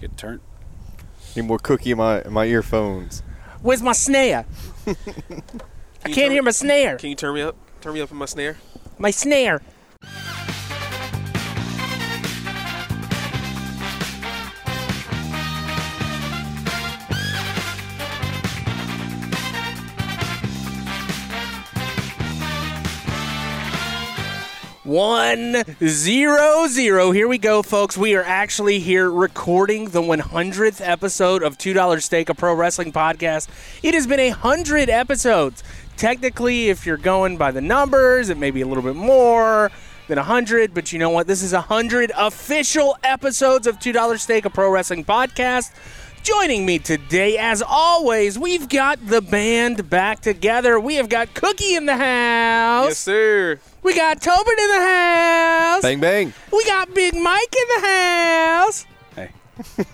It turned. Need more cookie in my in my earphones. Where's my snare? I can't hear my snare. Can you turn me up? Turn me up in my snare. My snare. One zero zero. Here we go, folks. We are actually here recording the 100th episode of Two Dollar Steak, a pro wrestling podcast. It has been a hundred episodes. Technically, if you're going by the numbers, it may be a little bit more than hundred. But you know what? This is hundred official episodes of Two Dollar Steak, a pro wrestling podcast. Joining me today, as always, we've got the band back together. We have got Cookie in the house. Yes, sir. We got Tobin in the house. Bang bang. We got Big Mike in the house. Hey,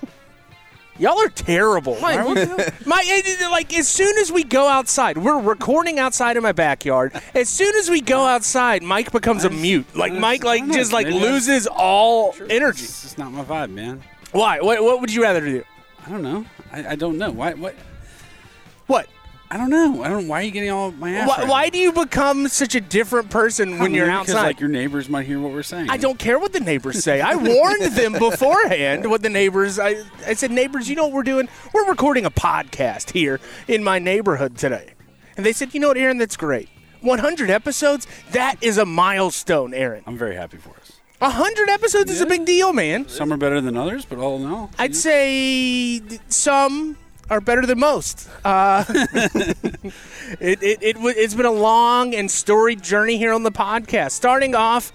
Y'all are terrible. Mike, my, it- it- like as soon as we go outside, we're recording outside in my backyard. As soon as we go outside, Mike becomes a mute. Like Mike, like I'm just not- like maybe that's- loses all energy. it's just not my vibe, man. Why? What? What would you rather do? I don't know. I, I don't know. Why? What? What? I don't know. I don't. Why are you getting all up my ass? Why, right why now? do you become such a different person when you're Because, outside? like your neighbors might hear what we're saying. I don't care what the neighbors say. I warned them beforehand what the neighbors I, I said, neighbors, you know what we're doing? We're recording a podcast here in my neighborhood today. And they said, you know what, Aaron, that's great. 100 episodes, that is a milestone, Aaron. I'm very happy for us. 100 episodes is a big deal, man. Some are better than others, but all in all, I'd say some are better than most. Uh, it, it, it, wa- it's been a long and storied journey here on the podcast, starting off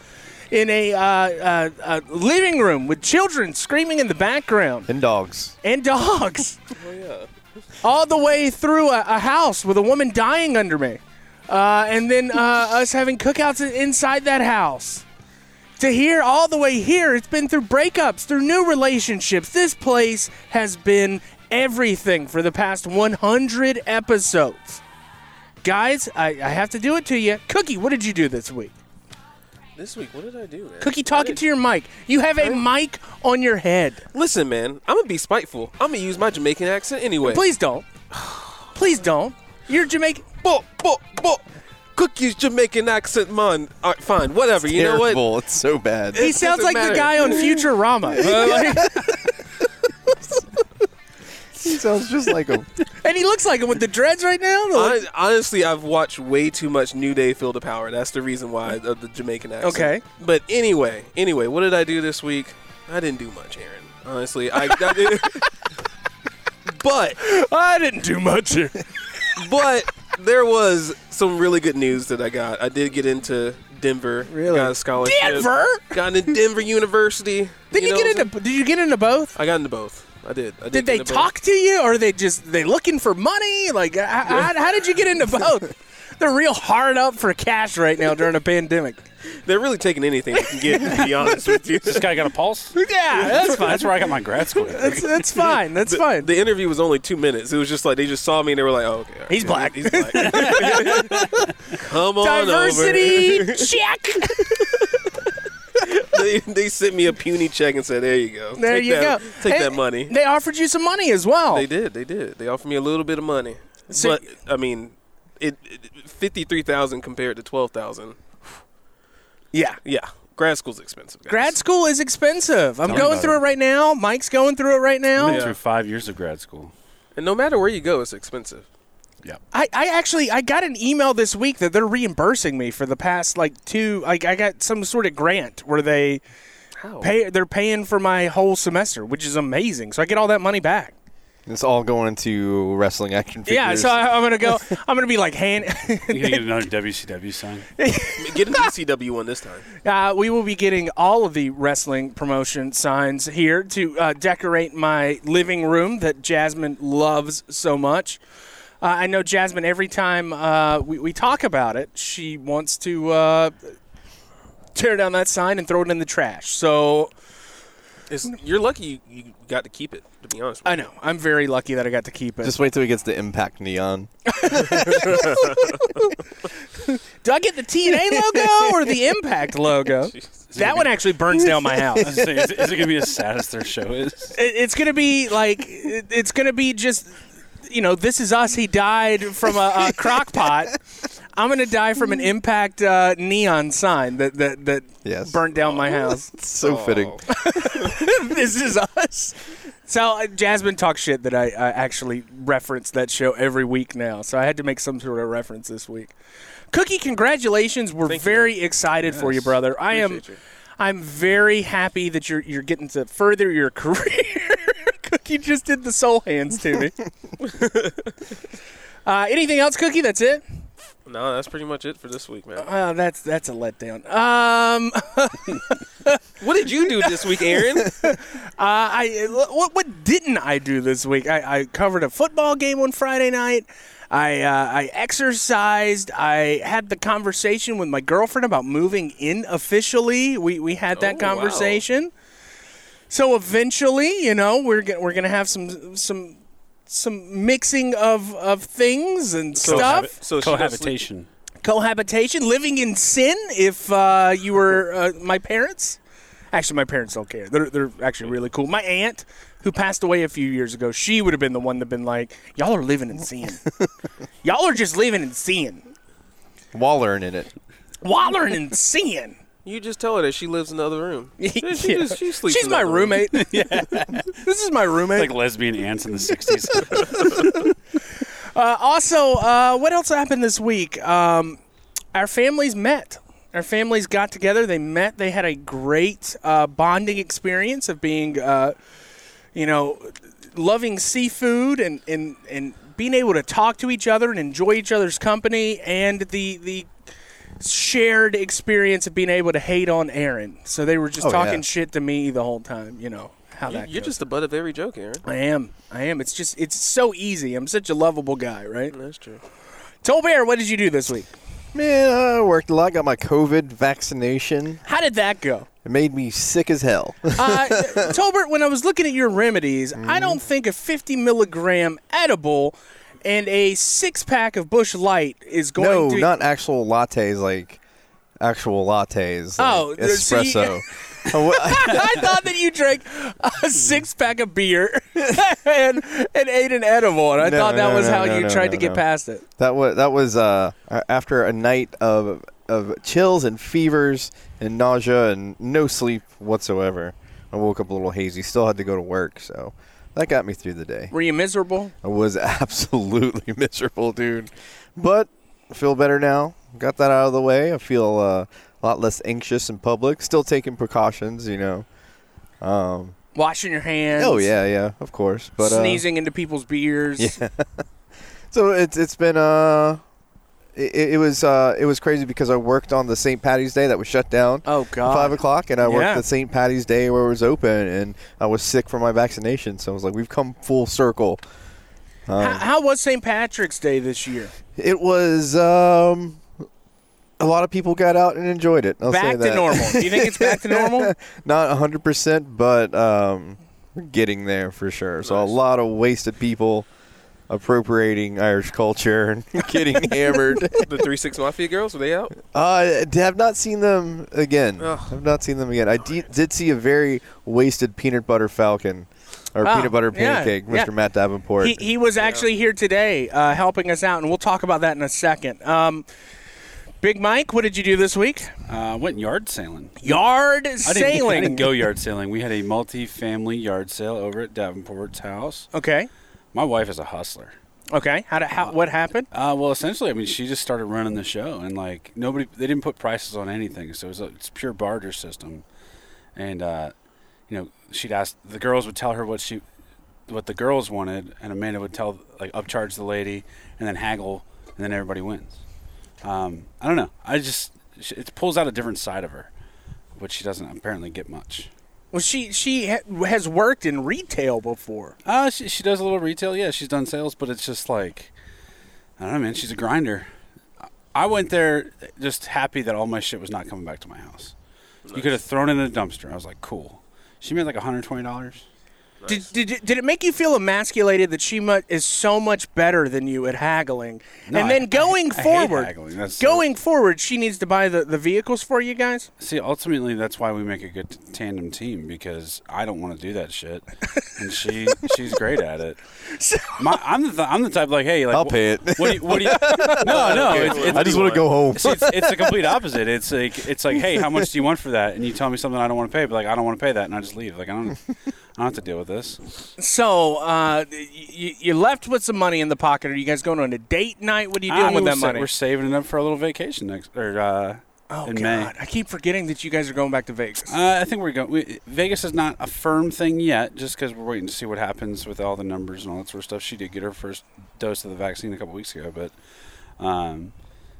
in a, uh, uh, uh, living room with children screaming in the background And dogs. and dogs. All the way through a, a house with a woman dying under me. Uh, and then uh, us having cookouts i- inside that house. To here, all the way here, it's been through breakups, through new relationships. This place has been everything for the past 100 episodes. Guys, I, I have to do it to you. Cookie, what did you do this week? This week, what did I do, man? Cookie, talking to your mic. You have a mic on your head. Listen, man. I'm gonna be spiteful. I'm gonna use my Jamaican accent anyway. Please don't. Please don't. You're Jamaican. Bo, bo, bo. Cookie's Jamaican accent, man. All right, fine, whatever. you know what? Terrible. It's so bad. He It sounds like doesn't the matter. guy on Futurama. he sounds just like him. and he looks like him with the dreads right now. The- Hon- honestly, I've watched way too much New Day Field of Power. That's the reason why of the Jamaican accent. Okay. But anyway, anyway, what did I do this week? I didn't do much, Aaron. Honestly, I. but I didn't do much here. but there was some really good news that I got. I did get into Denver. Really? Got a scholarship. Denver? Got into Denver University. Did you, know get what I'm into? Did you get into both? saying? I got into both. I did. I Did did, get they into both. talk to you, or they just they looking for money? Like, how, how, how did you get into both? They're real hard up for cash right now during a pandemic. They're really taking anything they can get. to be honest with you. this guy got a pulse. Yeah, that's fine. That's where I got my grad school. That's, that's fine. That's fine. The interview was only two minutes. It was just like they just saw me and they were like, oh, okay. He's okay, black. He's black. Come on Diversity check. over. they, they sent me a puny check and said, there you go. There Take you that- go. Take And that money. They offered you some money as well. They did. They did. They offered me a little bit of money, So- but I mean, it, it fifty-three thousand compared to twelve thousand. Yeah. Yeah, grad school's expensive. Guys. Grad school is expensive. I'm Tell me going about through it. it. right now. Mike's going through it right now. I've been through five years of grad school. and no matter where you go, it's expensive. Yeah. I, I actually I got an email this week that they're reimbursing me for the past like two like I got some sort of grant where they How? pay they're paying for my whole semester, which is amazing. So I get all that money back. It's all going into wrestling action figures. Yeah, so I, I'm gonna go I'm gonna be like hand You gonna get another WCW sign? Get an ECW one this time. Uh, we will be getting all of the wrestling promotion signs here to uh, decorate my living room that Jasmine loves so much. Uh, I know Jasmine, every time uh, we, we talk about it, she wants to uh, tear down that sign and throw it in the trash. So It's, you're lucky you, you got to keep it. To be honest, with I know. I'm very lucky that I got to keep it. just wait till he gets the impact neon. Do I get the TNA logo or the Impact logo? That one actually burns down my house. I was gonna say, is, is it gonna be as sad as their show is? It- It's gonna be like it- it's gonna be just you know this is us. He died from a, a crock pot. I'm gonna die from an Impact uh, neon sign that that that Yes. burnt down my house. It's so Oh. fitting. this is us. So uh, Jasmine talks shit that I, I actually reference that show every week now. So I had to make some sort of reference this week. Cookie, congratulations! We're Thank you, very excited for you, Yes. brother. I am. Appreciate you. I'm very happy that you're you're getting to further your career. Cookie just did the soul hands to me. uh, anything else, Cookie? That's it. No, that's pretty much it for this week, man. Uh, that's that's a letdown. Um, What did you do this week, Aaron? Uh, I what what didn't I do this week? I, I covered a football game on Friday night. I uh, I exercised. I had the conversation with my girlfriend about moving in officially. We we had that Oh, wow. conversation. So eventually, you know, we're gonna, we're gonna have some some some mixing of of things and stuff So she does sleep- Cohabitation. cohabitation, living in sin. If uh, you were uh, my parents, actually, my parents don't care. They're they're actually really cool. My aunt, who passed away a few years ago, she would have been the one that been like, "Y'all are living in sin. Y'all are just living in sin. Wallern in it. Wallering in sin." You just tell her that she lives in the other room. Yeah, she, just- she sleeps She's in my the other room. roommate. This is my roommate. Like lesbian ants in the '60s. Uh, also, uh, what else happened this week? Um, our families met. Our families got together. They met. They had a great uh, bonding experience of being, uh, you know, loving seafood and, and, and being able to talk to each other and enjoy each other's company and the, the shared experience of being able to hate on Aaron. So they were just Oh, yeah. talking shit to me the whole time, you know, how You- that You're goes. just the butt of every joke, Aaron. I am. I am. It's just, it's so easy. I'm such a lovable guy, right? That's true. Tolbear, what did you do this week? Man, I worked a lot. Got my COVID vaccination. How did that go? It made me sick as hell. Uh, Tolbert, when I was looking at your remedies, Mm-hmm. I don't think a 50 milligram edible and a six pack of Bush Light is going no, to. not actual lattes. Like actual lattes. like Oh, th- so you- espresso. Oh, wha- I thought that you drank a six pack of beer and, and ate an edible, and I No, thought that no, was no, how no, you no, tried no, to get no. past it. that was that was uh, a- after a night of of chills and fevers and nausea and no sleep whatsoever. I woke up a little hazy. Still had to go to work, so that got me through the day. Were you miserable? I was absolutely miserable, dude. But I feel better now. Got that out of the way. I feel uh, a lot less anxious in public. Still taking precautions, you know. Um, Washing your hands? oh yeah, yeah, of course. But uh, sneezing into people's beers? Yeah. so it's it's been uh, it, it was uh, it was crazy because I worked on the St. Patty's Day that was shut down. Oh, at God. Five o'clock, and I Yeah. worked the St. Patty's Day where it was open, and I was sick from my vaccination, so I was like, "We've come full circle." How, how was St. Patrick's Day this year? It was um a lot of people got out and enjoyed it. I'll say back to that. normal. Do you think it's back to normal? Not 100%, but um we're getting there for sure. So a Nice. lot of wasted people appropriating Irish culture and getting hammered. The three six mafia girls were they out? Uh, I have not seen them again. Ugh. I've not seen them again. I de- did see a very wasted peanut butter falcon or Oh, peanut butter yeah, pancake, yeah. Mr. Matt Davenport. He, he was actually here today uh, helping us out, and we'll talk about that in a second. Um, Big Mike, what did you do this week? Uh, went yard sailing. Yard I didn't, sailing. I didn't go yard sailing. We had a multi-family yard sale over at Davenport's house. Okay. My wife is a hustler. Okay. How, did, how What happened? Uh, well, essentially, I mean, she just started running the show, and like nobody, they didn't put prices on anything, so it was a, it's pure barter system. And uh, you know, she'd ask the girls would tell her what she, what the girls wanted, and Amanda would tell like upcharge the lady, and then haggle, and then everybody wins. Um, I don't know. I just sh- it pulls out a different side of her, which she doesn't apparently get much. Well, she she ha- has worked in retail before. Uh, she, she does a little retail. Yeah, she's done sales, but it's just like, I don't know, man. She's a grinder. I went there just happy that all my shit was not coming back to my house. You could have thrown it in a dumpster. I was like, cool. She made like $120. Did, did, it- did it make you feel emasculated that she mu- is so much better than you at haggling? No, I- and then going I hate forward, haggling. That's- going forward, she needs to buy the, the vehicles for you guys. See, ultimately, that's why we make a good t- tandem team because I don't want to do that shit, and she she's great at it. My, I'm the th- I'm the type like, hey, like, I'll wh- pay it. What do you? What do you no, no. It's, it's, I just want to go home. See, it's, it's the complete opposite. It's like it's like, hey, how much do you want for that? And you tell me something I don't want to pay, but like I don't want to pay that, and I just leave. Like I don't, I don't have to deal with this. So uh, y- y- you left with some money in the pocket. Are you guys going on a date night? What are you doing I mean, with we're that sa- money? We're saving it up for a little vacation next or uh, oh in God, May. I keep forgetting that you guys are going back to Vegas. Uh, I think we're going. We, Vegas is not a firm thing yet, just because we're waiting to see what happens with all the numbers and all that sort of stuff. She did get her first dose of the vaccine a couple weeks ago, but um,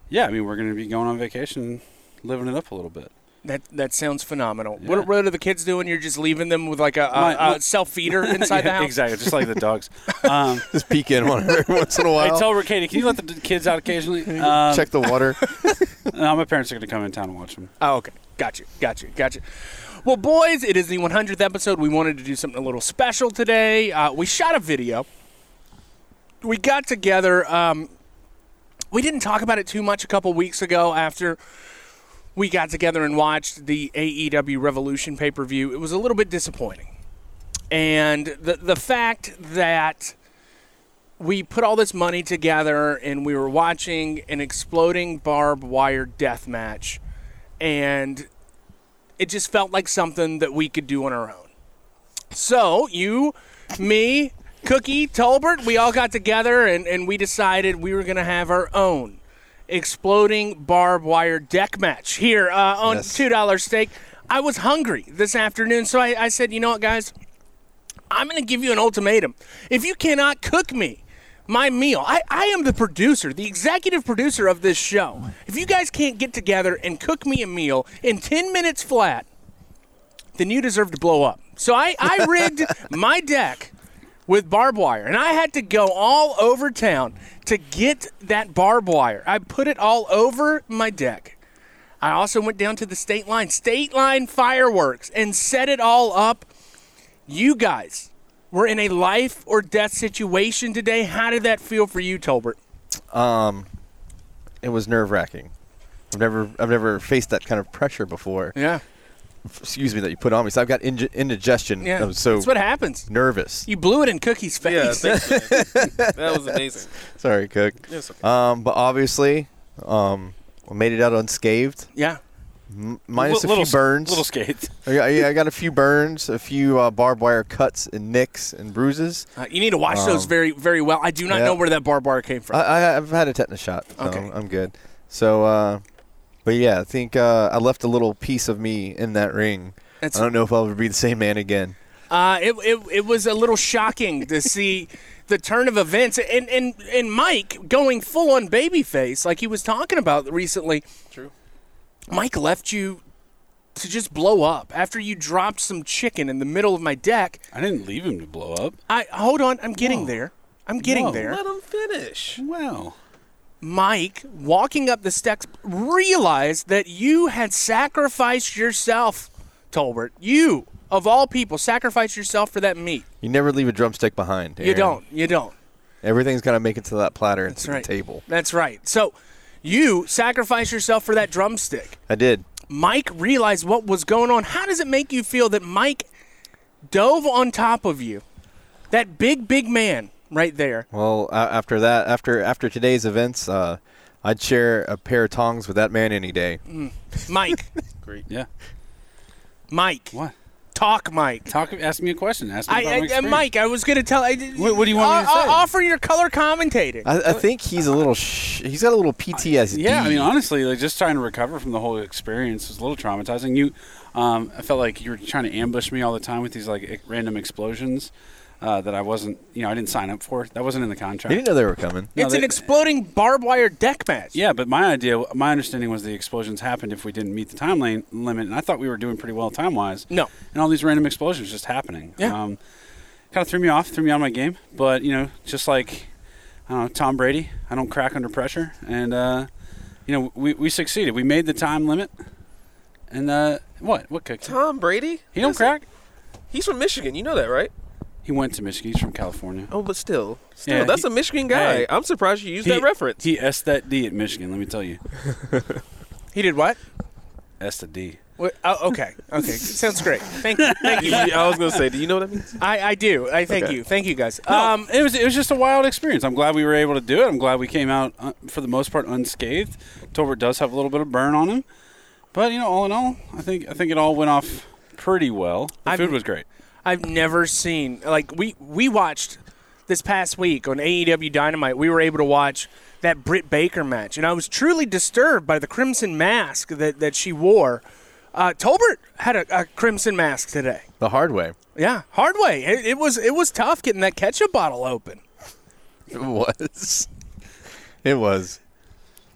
yeah, I mean, we're going to be going on vacation, living it up a little bit. that that sounds phenomenal. Yeah. What, what are the kids doing? You're just leaving them with like a, a, My- my- a self feeder inside the Yeah, house. exactly, just like the dogs. Um, Just peek in on her every once in a I while. tell her, Katie, can you let the d- kids out occasionally? Um, Check the water. no, my parents are going to come in town and watch them. Oh, okay. Got you. Got you. Got you. Well, boys, it is the 100th episode. We wanted to do something a little special today. Uh, we shot a video. We got together. Um, we didn't talk about it too much a couple weeks ago after we got together and watched the AEW Revolution pay per view. It was a little bit disappointing. And the, the fact that we put all this money together and we were watching an exploding barbed wire death match and it just felt like something that we could do on our own. So you, me, Cookie, Tolbert, we all got together and, and we decided we were going to have our own exploding barbed wire deck match here uh, on Yes. $2 steak. I was hungry this afternoon, so I, I said, you know what, guys? I'm going to give you an ultimatum. If you cannot cook me my meal, I, I am the producer, the executive producer of this show. If you guys can't get together and cook me a meal in 10 minutes flat, then you deserve to blow up. So I, I rigged my deck with barbed wire, and I had to go all over town to get that barbed wire. I put it all over my deck. I also went down to the state line, state line fireworks, and set it all up. You guys were in a life or death situation today. How did that feel for you, Tolbert? It was nerve wracking. I've never, I've never faced that kind of pressure before. Yeah, Excuse me, that you put on me. So I've got ing- indigestion. yeah. I'm so That's what happens. nervous. You blew it in Cookie's Yeah, face. thanks, man. that was amazing. Sorry, Cook. It's okay. Um, but obviously, um, I made it out unscathed. yeah. Minus Li- little, a few burns. little skates. I got, yeah, I got a few burns, a few uh, barbed wire cuts and nicks and bruises. Uh, you need to watch those Um, very, very well. I do not yeah. know where that barbed wire came from. I, I, I've had a tetanus shot. So Okay. I'm good. So, uh, but yeah, I think uh, I left a little piece of me in that ring. That's- I don't know if I'll ever be the same man again. Uh, it, it, it was a little shocking to see the turn of events and, and, and Mike going full on babyface like he was talking about recently. True. Mike left you to just blow up after you dropped some chicken in the middle of my deck. I didn't leave him to blow up. I hold on, I'm getting there. I'm getting Whoa. there. Let him finish. Wow. Mike walking up the steps realized that you had sacrificed yourself, Tolbert. You of all people sacrificed yourself for that meat. You never leave a drumstick behind. You Aaron. don't. You don't. Everything's got to make it to that platter and That's to right. the table. That's right. So you sacrificed yourself for that drumstick. I did. Mike realized what was going on. How does it make you feel that Mike dove on top of you? That big, big man right there. Well, a after that, after after today's events, uh, I'd share a pair of tongs with that man any day. Mm. Mike. Great. Yeah. Mike. What? Talk, Mike. Talk. Ask me a question. Ask me I, about my I, uh, experience. Mike, I was going to tell. I, What- what do you want me to o- o- say? Offer your color commentating. I, I think he's a little. Sh- he's got a little PTSD. Yeah, I mean, honestly, like just trying to recover from the whole experience was a little traumatizing. You, um, I felt like you were trying to ambush me all the time with these like e- random explosions uh, that I wasn't, you know, I didn't sign up for. That wasn't in the contract. you didn't know they were coming. no, it's an they- exploding barbed wire deck match. Yeah, but my idea, my understanding was the explosions happened if we didn't meet the time lane limit, and I thought we were doing pretty well time wise. No. and all these random explosions just happening. Yeah. um, kind of threw me off, threw me out of my game. But you know, just like I don't know, Tom Brady, I don't crack under pressure, and uh, you know, we we succeeded. We made the time limit, and uh, what what cookie? Tom Brady? He don't That's- crack. He's from Michigan. You know that, right? He went to Michigan. He's from California. Oh, but still, still, Yeah, that's he- a Michigan guy. Hey. I'm surprised you used he, that reference. He S that D at Michigan. Let me tell you, He did what? S the D. What- Oh, okay. Okay. Sounds great. Thank you. Thank you. I was gonna say, do you know what that means? I, I do. I thank you. Thank you guys. Um, Um, it was it was just a wild experience. I'm glad we were able to do it. I'm glad we came out uh, for the most part unscathed. Tolbert does have a little bit of burn on him, but you know, all in all, I think I think it all went off pretty well. The I'm- food was great. I've never seen like we we watched this past week on AEW Dynamite. We were able to watch that Britt Baker match, and I was truly disturbed by the crimson mask that that she wore. Uh, Tolbert had a, a crimson mask today. The hard way. Yeah, hard way. It, it was it was tough getting that ketchup bottle open. It was. It was.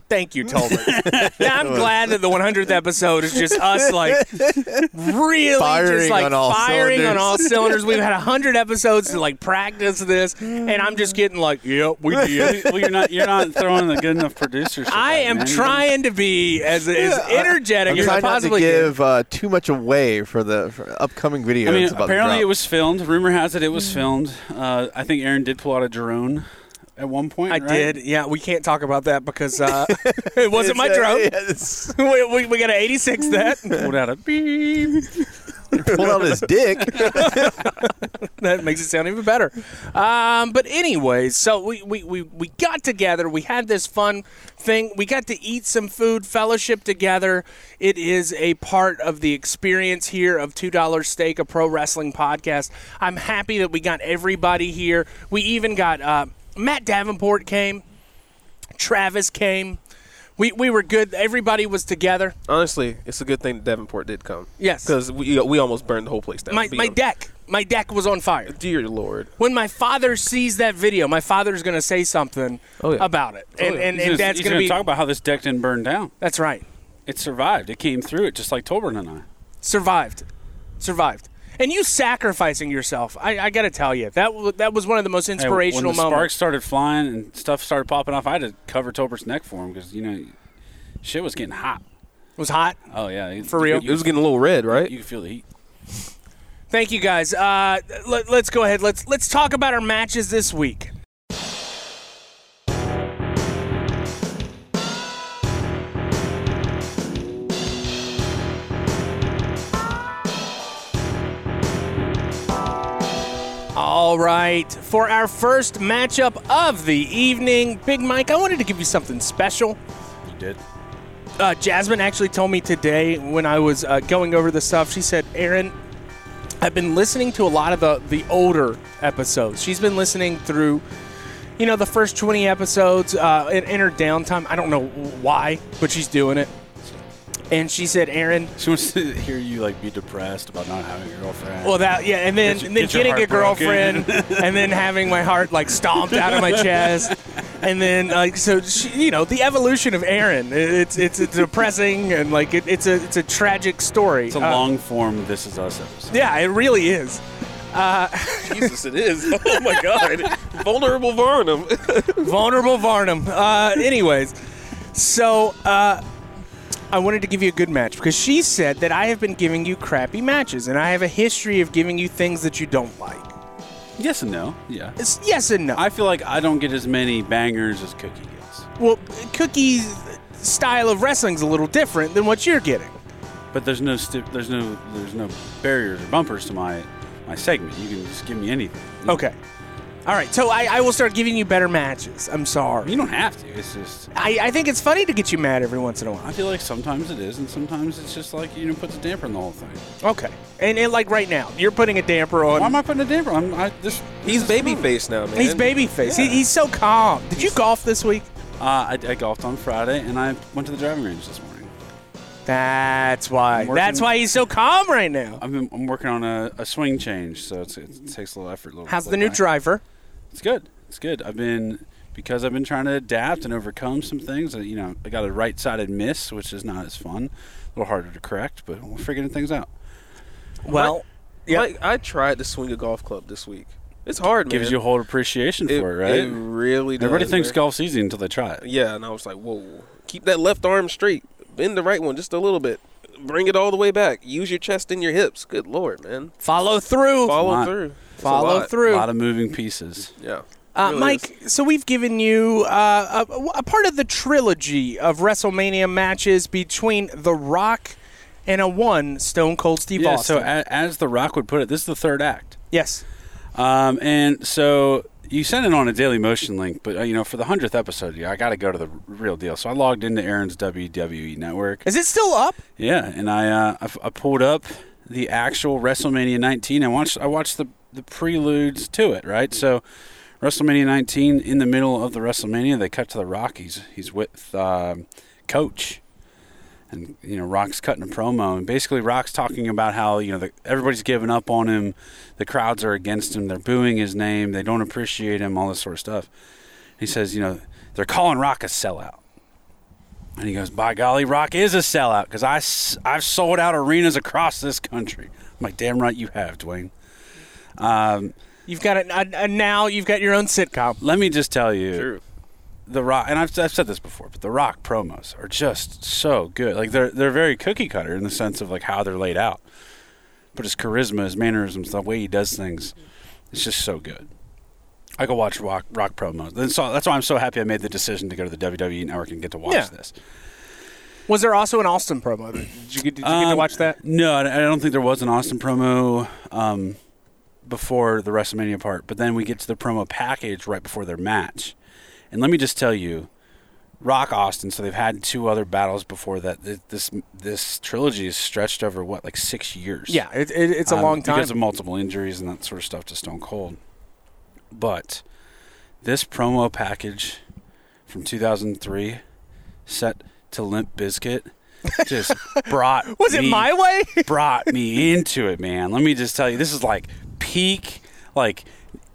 Thank you, Tolbert. yeah, I'm glad that the 100th episode is just us like really just Firing like on all firing on cylinders. all cylinders. We've had 100 episodes to like practice this, and I'm just getting like, yep, we did. well, you're not you're not throwing the good enough producer. I am trying to be as, as energetic I'm as I trying not to possibly can. give uh, too much away for the for upcoming videos. I mean, about apparently the it was filmed. Rumor has it it Mm. was filmed. Uh, I think Aaron did pull out a drone at one point. I right? did. Yeah, we can't talk about that because uh, it wasn't my drone. we, we, we got an 86 that. Pulled out a beep. pulled out his dick. that makes it sound even better. Um, but anyways, so we, we, we, we got together. We had this fun thing. We got to eat some food, fellowship together. It is a part of the experience here of Two Dollar Steak, a pro wrestling podcast. I'm happy that we got everybody here. We even got uh, Matt Davenport came, Travis came. We, we were good. Everybody was together. Honestly, it's a good thing that Davenport did come. Yes. because we we almost burned the whole place down. My, to be my honest. deck, my deck was on fire. Dear Lord, when my father sees that video, my father's going to say something Oh, yeah. about it, and yeah. and, He's and gonna- that's he's going to be talk about how this deck didn't burn down. that's right. It survived. It came through it, just like Tolbert and I. Survived, survived, and you sacrificing yourself. I, I got to tell you that w- that was one of the most Hey, when inspirational the moments. sparks started flying and stuff started popping off, I had to cover Tolbert's neck for him because you know, shit was getting hot. It was hot. Oh yeah, For real? it was getting a little red, right? You could feel the heat. Thank you guys. Uh, let, let's go ahead. Let's let's talk about our matches this week. All right, for our first matchup of the evening, Big Mike, I wanted to give you something special You did. uh, Jasmine actually told me today when I was uh, going over the stuff. She said, "Aaron, I've been listening to a lot of the the older episodes. She's been listening through, you know, the first twenty episodes uh, in, in her downtime. I don't know why, but she's doing it." And she said, "Aaron, She wants to hear you like be depressed about not having a girlfriend. well, that yeah, and then Get your- and then get your getting a heart broken. girlfriend, and then having my heart like stomped out of my chest, and then like so she, you know the evolution of Aaron. It- It's it's, it's depressing and like it, it's a it's a tragic story. it's a Uh, long form. This is us episode. yeah, it really is. Jesus, it is. Oh my God, vulnerable Varnum. Vulnerable Varnum. Uh, anyways, so uh, I wanted to give you a good match because she said that I have been giving you crappy matches, and I have a history of giving you things that you don't like. Yes and no. Yeah. It's yes and no. I feel like I don't get as many bangers as Cookie gets, Well, Cookie's style of wrestling's a little different than what you're getting. but there's no sti- there's no there's no barriers or bumpers to my my segment. You can just give me anything. You- Okay. All right, so I, I will start giving you better matches. I'm sorry. You don't have to. It's just I, I think it's funny to get you mad every once in a while. I feel like sometimes it is, and sometimes it's just like you know puts a damper on the whole thing. Okay. And, and like right now, you're putting a damper on. Why am I putting a damper on? I, this He's this is baby fun. face now, man. he's babyface. He, he's so calm. Did you golf this week? Uh, I, I golfed on Friday, and I went to the driving range this morning. That's why. I'm working- That's why he's so calm right now. I've been, I'm working on a, a swing change, so it's, it takes a little effort. a Little, How's the little new guy. driver? It's good. It's good. I've been because I've been trying to adapt and overcome some things. uh, You know, I got a right-sided miss, which is not as fun, a little harder to correct, but we're figuring things out. Well, yeah. Like, I tried to swing a golf club this week. It's hard, Gives man. you a whole appreciation it, for it, right? It really does. Everybody thinks man. golf's easy until they try it. Yeah, and I was like, whoa, keep that left arm straight. Bend the right one just a little bit. Bring it all the way back. Use your chest and your hips. Good lord, man. follow through. Follow lot. through. Follow lot. A through. lot of moving pieces. Yeah. Uh, Really Mike, so we've given you uh, a, a part of the trilogy of WrestleMania matches between The Rock and a one Stone Cold Steve Yeah. Austin. So a, as The Rock would put it, this is the third act. yes. Um, and so you sent it on a daily motion link, but uh, you know for the hundredth episode, yeah, I got to go to the r- real deal. So I logged into Aaron's WWE network. Is it still up? Yeah, and I, uh, I f- I pulled up the actual WrestleMania 19. I watched I watched the the preludes to it. Right, so WrestleMania 19 in the middle of the WrestleMania, they cut to the Rockies. He's with um Coach, and you know Rock's cutting a promo, and basically Rock's talking about how you know the, everybody's giving up on him, the crowds are against him, they're booing his name, they don't appreciate him, all this sort of stuff. He says, you know, they're calling Rock a sellout. And he goes, by golly, Rock is a sellout because I, s- I've sold out arenas across this country. I'm like, damn right you have, Dwayne. Um, You've got it uh, uh, now. You've got your own sitcom. let me just tell you, True. The Rock, and I've, I've said this before, but The Rock promos are just so good. Like, they're, they're very cookie cutter in the sense of, like, how they're laid out. But his charisma, his mannerisms, the way he does things, it's just so good. I could watch rock, rock promos. That's all- that's why I'm so happy I made the decision to go to the WWE Network and get to watch Yeah. this. Was there also an Austin promo? Did you, get- did you get to Um, watch that? No, I I don't think there was an Austin promo um, before the WrestleMania part, but then we get to the promo package right before their match. And let me just tell you, Rock Austin. So they've had two other battles before that. Th- This this trilogy is stretched over what like six years. Yeah, it, it, it's a Um, long time. because of multiple injuries and that sort of stuff to Stone Cold. But this promo package from 2003, set to Limp Bizkit, just brought Was it me- my way? brought me into it, man. Let me just tell you, this is like peak, like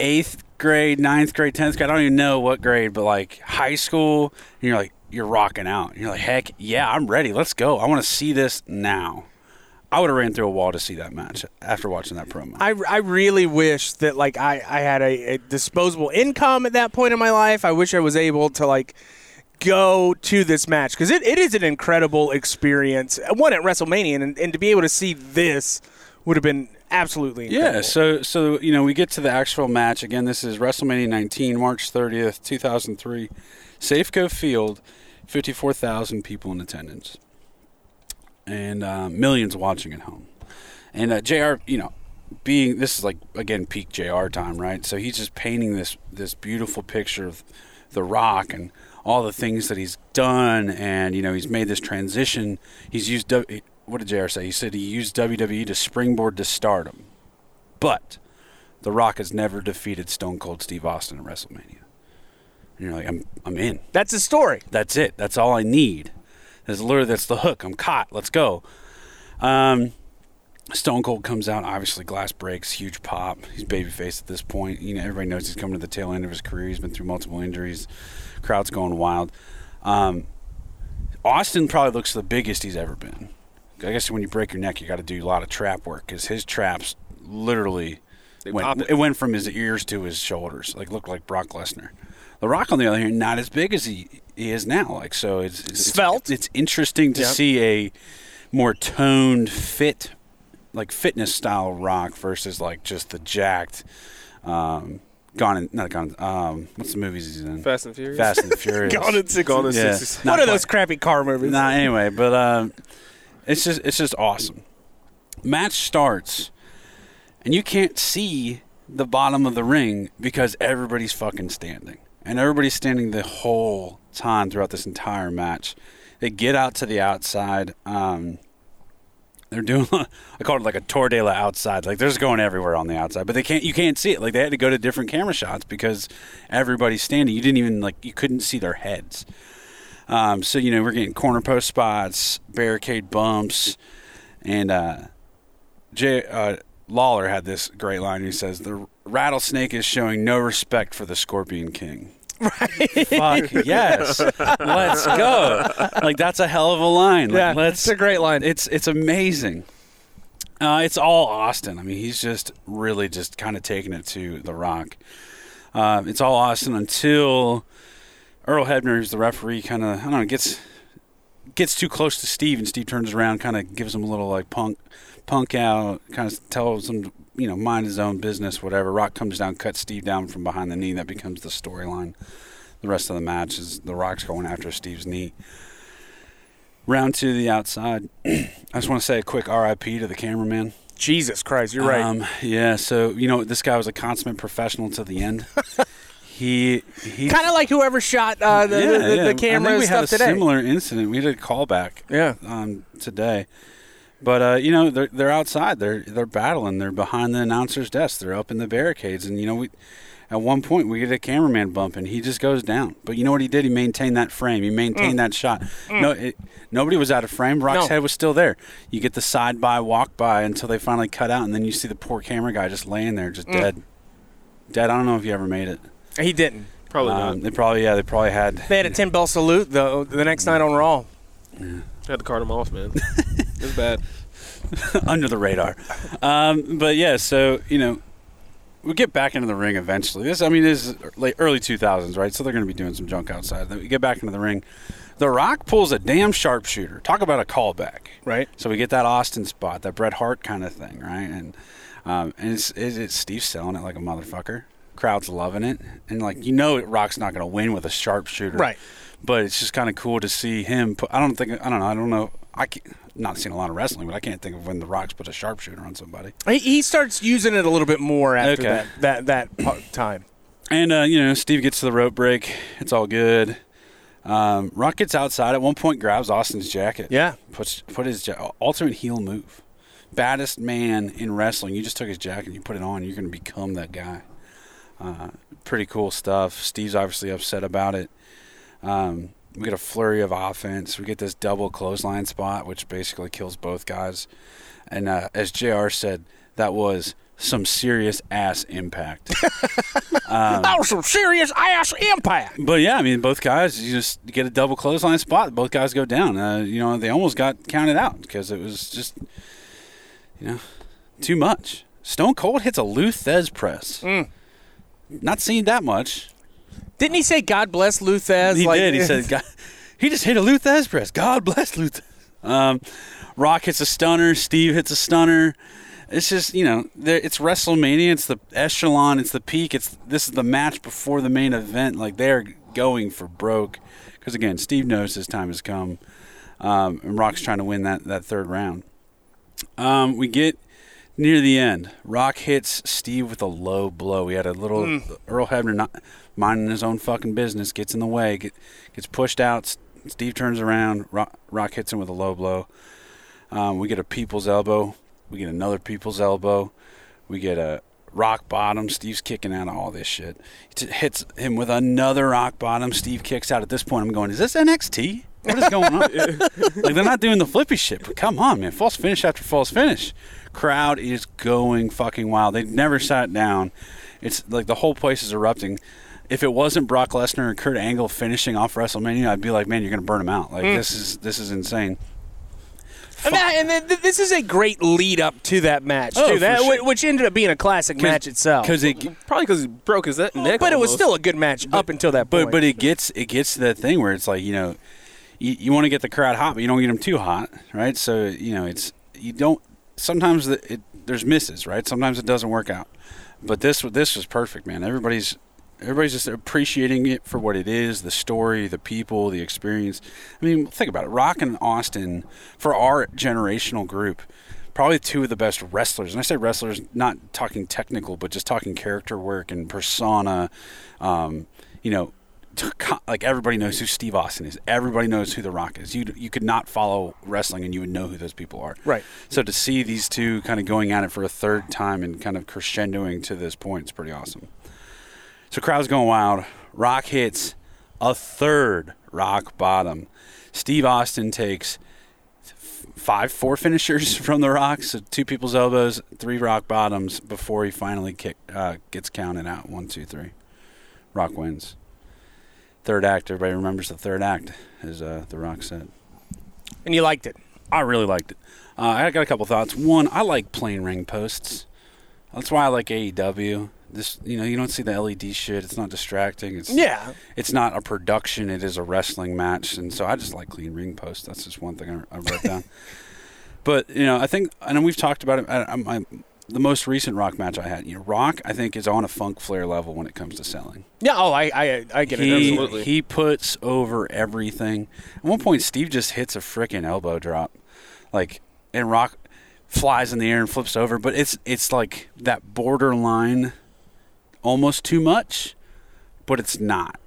eighth grade, ninth grade, tenth grade. I don't even know what grade, but like high school. And you're like, you're rocking out. And you're like, heck yeah, I'm ready. Let's go. I want to see this now. I would have ran through a wall to see that match after watching that promo. I, I really wish that like I, I had a, a disposable income at that point in my life. I wish I was able to like go to this match because it, it is an incredible experience. One at WrestleMania and, and to be able to see this would have been absolutely incredible. Yeah, so so you know we get to the actual match again. This is WrestleMania 19, March 30th, 2003, Safeco Field, 54,000 people in attendance, and uh, millions watching at home. And uh, Jr. You know, being this is like again peak Jr. time, right? So he's just painting this this beautiful picture of the Rock and all the things that he's done, and you know he's made this transition. He's used W- what did Jr. say? He said he used WWE to springboard to stardom, but The Rock has never defeated Stone Cold Steve Austin at WrestleMania. And you're like, I'm I'm in. That's a story. That's it. That's all I need. There's literally that's the hook. I'm caught. Let's go. Um, Stone Cold comes out. Obviously, glass breaks. Huge pop. He's babyface at this point. You know, everybody knows he's coming to the tail end of his career. He's been through multiple injuries. Crowd's going wild. Um, Austin probably looks the biggest he's ever been. I guess when you break your neck, you got to do a lot of trap work because his traps literally They pop went. it. It went from his ears to his shoulders. Like looked like Brock Lesnar. The Rock, on the other hand, not as big as he, he is now. Like so, it's, it's Svelte. It's, interesting to Yep. see a more toned, fit, like fitness style Rock versus like just the jacked. Um, Gone and not gone. Um, what's the movies he's in? Fast and Furious. Fast and Furious. Gone in six. Gone in Yeah. sixes. Not One of quite. those crappy car movies. Nah, anyway, but um, it's just it's just awesome. Match starts, and you can't see the bottom of the ring because everybody's fucking standing, and everybody's standing the whole time throughout this entire match. They get out to the outside. Um, they're doing I call it like a tordela outside. Like there's going everywhere on the outside, but they can't you can't see it. Like they had to go to different camera shots because everybody's standing. You didn't even like you couldn't see their heads. Um, so you know we're getting corner post spots, barricade bumps, and uh, Jay uh, Lawler had this great line. He says the rattlesnake is showing no respect for the Scorpion King. Right. Fuck yes. Let's go. Like that's a hell of a line. Like, yeah, let's it's a great line. it's it's amazing. Uh, it's all Austin. I mean, he's just really just kind of taking it to the Rock. Um, it's all Austin until Earl Hebner, who's the referee, kind of I don't know gets gets too close to Steve, and Steve turns around, kind of gives him a little like punk punk out, kind of tells him you know, mind his own business, whatever. Rock comes down, cuts Steve down from behind the knee. That becomes the storyline. The rest of the match is the Rock's going after Steve's knee. Round two, to the outside. I just want to say a quick RIP to the cameraman. Jesus Christ, you're right. Um, yeah, so you know this guy was a consummate professional to the end. he he. kind of like whoever shot uh, the, yeah, the, the, yeah. the camera I think we stuff had a today. similar incident. We did a callback yeah. um, today. But uh, you know they're they're outside. They're they're battling. They're behind the announcer's desk. They're up in the barricades. And you know we, at one point we get a cameraman bump and he just goes down. But you know what he did? He maintained that frame. He maintained that shot. No, it, nobody was out of frame. Rock's Mm. No. head was still there. You get the side by walk by until they finally cut out, and then you see the poor camera guy just laying there, Mm. just dead, dead. I don't know if you ever made it. He didn't. Probably Um, not. they probably yeah they probably had They had a 10 bell salute the, the next night on Raw. Had to cart him off, man. it's bad. under the radar. Um, but yeah, so you know, we get back into the ring eventually. This, I mean, this is late early two thousands, right? So they're going to be doing some junk outside. Then we get back into the ring. The Rock pulls a damn sharpshooter. Talk about a callback, Right. So we get that Austin spot, that Bret Hart kind of thing, right? And um, and it's, it's, it's Steve selling it like a motherfucker. Crowd's loving it, and like you know, Rock's not going to win with a sharpshooter, Right. But it's just kind of cool to see him. Put, I don't think I don't know. I don't know. I can't, not seen a lot of wrestling, but I can't think of when the Rock's put a sharpshooter on somebody. He, he starts using it a little bit more after Okay. that, that, that part time. And uh, you know, Steve gets to the rope break. It's all good. Um, Rock gets outside at one point, grabs Austin's jacket. Yeah. puts put his ja- ultimate heel move. Baddest man in wrestling. You just took his jacket and you put it on. You're going to become that guy. Uh, pretty cool stuff. Steve's obviously upset about it. Um, we get a flurry of offense. We get this double clothesline spot, which basically kills both guys. And uh, as Jr. said, that was some serious ass impact. that was some serious ass impact. But yeah, I mean, both guys you just get a double clothesline spot. Both guys go down. Uh, you know, they almost got counted out because it was just, you know, too much. Stone Cold hits a Luthez press. Not seen that much. Didn't he say, God bless Luthez? He like- did. He said, God, he just hit a Luthez press. God bless Luthez. Um, Rock hits a stunner. Steve hits a stunner. It's just you know, there- it's WrestleMania. It's the echelon. It's the peak. It's this is the match before the main event. Like they're going for broke because again, Steve knows his time has come. Um, and Rock's trying to win that that third round. Um, we get near the end. Rock hits Steve with a low blow. He had a little Earl Hebner not minding his own fucking business, gets in the way, get, gets pushed out. S- Steve turns around. Rock, Rock hits him with a low blow. Um, we get a people's elbow. We get another people's elbow. We get a rock bottom. Steve's kicking out of all this shit. He t- hits him with another rock bottom. Steve kicks out. At this point, I'm going, is this NXT? What is going on? like, they're not doing the flippy shit, but come on, man. False finish after false finish. Crowd is going fucking wild. They never sat down. It's like the whole place is erupting. If it wasn't Brock Lesnar and Kurt Angle finishing off WrestleMania, I'd be like, man, you're gonna burn them out. Like this is this is insane. And, that, and then th- this is a great lead up to that match, Oh, too, for that, sure. which ended up being a classic match itself. Because it Probably because he broke his neck. Oh, But it was almost. still a good match up until that point. But but it gets it gets to that thing where it's like you know, you, you want to get the crowd hot, but you don't get them too hot, right? So you know it's you don't. Sometimes the, it, there's misses, right? Sometimes it doesn't work out. But this this was perfect, man. Everybody's everybody's just appreciating it for what it is, the story, the people, the experience. I mean, think about it. Rock and Austin for our generational group. Probably two of the best wrestlers, and I say wrestlers, not talking technical, but just talking character work and persona. Um, you know, t- co- like everybody knows who Steve Austin is. Everybody knows who The Rock is. You you could not follow wrestling and you would know who those people are. Right. So to see these two kind of going at it for a third time and kind of crescendoing to this point is pretty awesome. So crowd's going wild. Rock hits a third rock bottom. Steve Austin takes five four finishers from the rocks so two people's elbows three rock bottoms before he finally kick, uh, gets counted out one two three rock wins third act everybody remembers the third act as uh, the rock said and you liked it. i really liked it uh, i got a couple thoughts one i like plain ring posts that's why i like aew this you know you don't see the led shit it's not distracting it's Yeah. it's not a production; it is a wrestling match, and so I just like clean ring posts. That's just one thing I, I wrote down. But you know, I think, and we've talked about it. I, I, I the most recent rock match I had. You know, Rock I think is on a Funk Flair level when it comes to selling. Yeah. Oh, I I, I get it. He Absolutely. he puts over everything. At one point, Steve just hits a freaking elbow drop, like and Rock flies in the air and flips over. But it's it's like that borderline, almost too much, but it's not.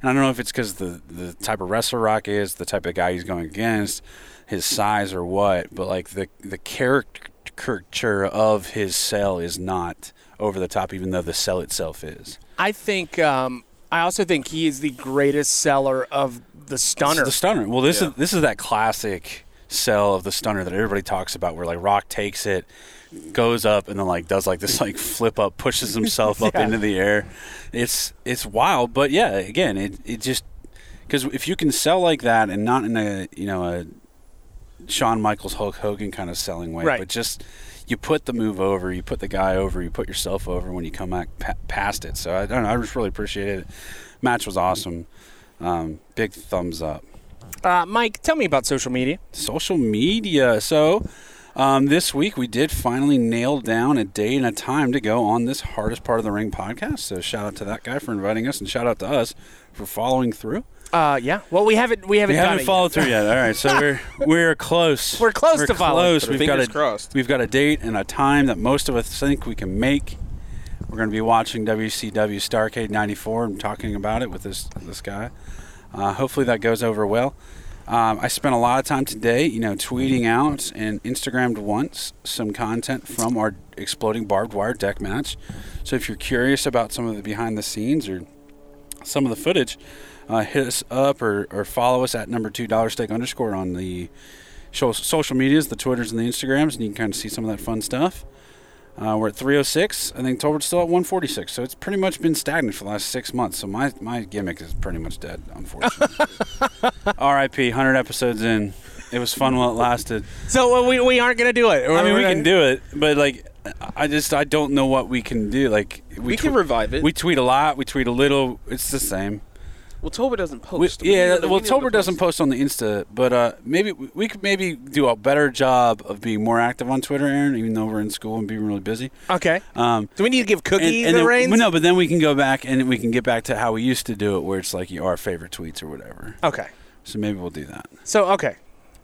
And I don't know if it's because the the type of wrestler Rock is, the type of guy he's going against, his size or what. But like the the caricature of his cell is not over the top, even though the cell itself is. I think. Um, I also think he is the greatest seller of the stunner. It's The stunner. Well, this Yeah. is this is that classic cell of the stunner that everybody talks about, where like Rock takes it, goes up, and then like does like this like flip up, pushes himself up Yeah. into the air. It's it's wild, but yeah, again, it it just because if you can sell like that and not in a you know a Shawn Michaels Hulk Hogan kind of selling way, Right. but just you put the move over, you put the guy over, you put yourself over when you come back pa- past it. So I don't know, I just really appreciated it. Match was awesome. Um, big thumbs up. Uh, Mike, tell me about social media. Social media. So um, this week we did finally nail down a day and a time to go on this hardest part of the ring podcast. So shout out to that guy for inviting us, and shout out to us for following through. Uh, yeah. Well, we haven't we haven't We done haven't it followed through yet. All right, so we're we're close. We're close to following close. through. We've got a Fingers crossed. we've got a date and a time that most of us think we can make. We're going to be watching WCW Starcade '94 and talking about it with this this guy. Uh, hopefully that goes over well. Um, I spent a lot of time today, you know, tweeting out and Instagrammed once some content from our exploding barbed wire deck match. So if you're curious about some of the behind the scenes or some of the footage, uh, hit us up or, or follow us at number two dollar stake underscore on the sho- social medias, the Twitters and the Instagrams, and you can kind of see some of that fun stuff. Uh, we're at 306. I think Tolbert's still at 146, so it's pretty much been stagnant for the last six months. So my, my gimmick is pretty much dead, unfortunately. R.I.P. 100 episodes in. It was fun while it lasted. So uh, we, we aren't gonna do it. I mean, We're we gonna- can do it, but like, I just I don't know what we can do. Like, we, We can twe- revive it. We tweet a lot. We tweet a little. It's the same. Well, Tober doesn't We- post. yeah, We need- we well, need Tober to doesn't post on the Insta, but uh, maybe we we could maybe do a better job of being more active on Twitter, Aaron. Even though we're in school and being really busy. Okay. Um, do we need to give and, Cookie and the then, reins? well, no, but then we can go back and we can get back to how we used to do it, where it's like you know, our favorite tweets or whatever. Okay. So maybe we'll do that. So okay.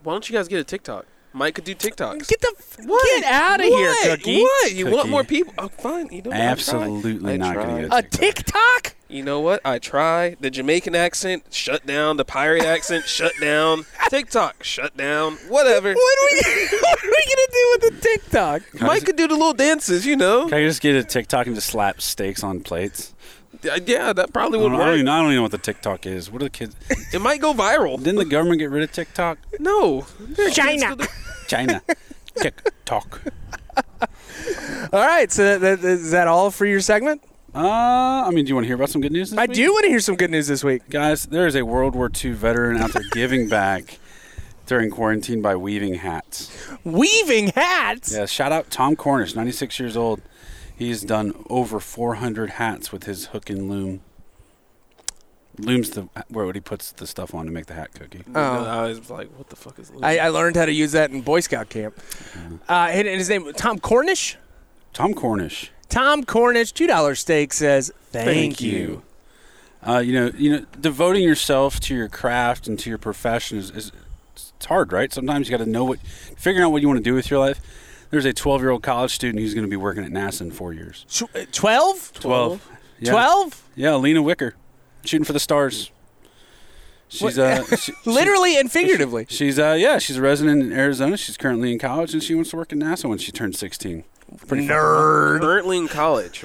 Why don't you guys get a TikTok? Mike could do TikToks. Get the f- get out of here, What? Cookie. What? You want Cookie. more people? Oh, fine. You know what? I tried. Absolutely I not going to tried. get A a TikTok. TikTok? You know what? I try. The Jamaican accent shut down. The pirate accent shut down. TikTok shut down. Whatever. What are we what are we gonna do with the TikTok? Mike could do the little dances. You know? Can I just get a TikTok and just slap steaks on plates? Uh, Yeah, that probably I would don't, I, don't even, work. I don't even know what the TikTok is. What are the kids? It might go viral. Didn't the government get rid of TikTok? No. There are kids China. that- China. TikTok. All right. So that, that, is that all for your segment? Uh, I mean, do you want to hear about some good news? This I week? do want to hear some good news this week. Guys, there is a World War II veteran out there giving back during quarantine by weaving hats. Weaving hats. Yeah, shout out Tom Cornish, 96 years old. He's done over 400 hats with his hook and loom. Loom's the where he puts the stuff on to make the hat cookie. Oh. I was like, what the fuck is this? I, I learned how to use that in Boy Scout camp. Uh, and and his name Tom Cornish. Tom Cornish. Tom Cornish, two dollar steak says Uh, thank, you know, you know, devoting yourself to your craft and to your profession is, is it's hard, right? Sometimes you got to know what, figuring out what you want to do with your life. There's a 12 year old college student who's going to be working at NASA in four years. you. Tw- uh, Twelve. Twelve. Yeah. Twelve. Yeah, Lena Wicker, shooting for the stars. She's uh, she- Literally and figuratively. she's uh, yeah, she's a resident in Arizona. She's currently in college and she wants to work at NASA when she turns 16. Pretty fun. Nerd. Currently in college.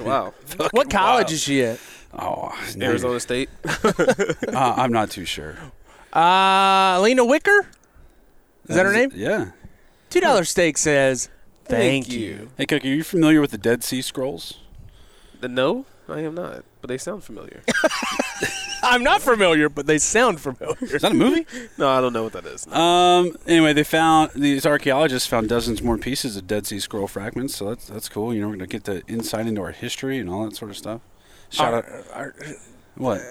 Wow. What college wild. is she at? Oh, Arizona. Arizona State. Uh, I'm not too sure. Uh, Lena Wicker. Is that her name? Yeah. Two dollar steak says thank, you. Hey, Cookie, are you familiar with the Dead Sea Scrolls? The no, I am not. But they sound familiar. I'm not familiar, but they sound familiar. Is that a movie? no, I don't know what that is. Um. Anyway, they found these archaeologists found dozens more pieces of Dead Sea Scroll fragments. So that's that's cool. You know, we're gonna get the insight into uh, our history and all that sort of stuff. Shout out. What?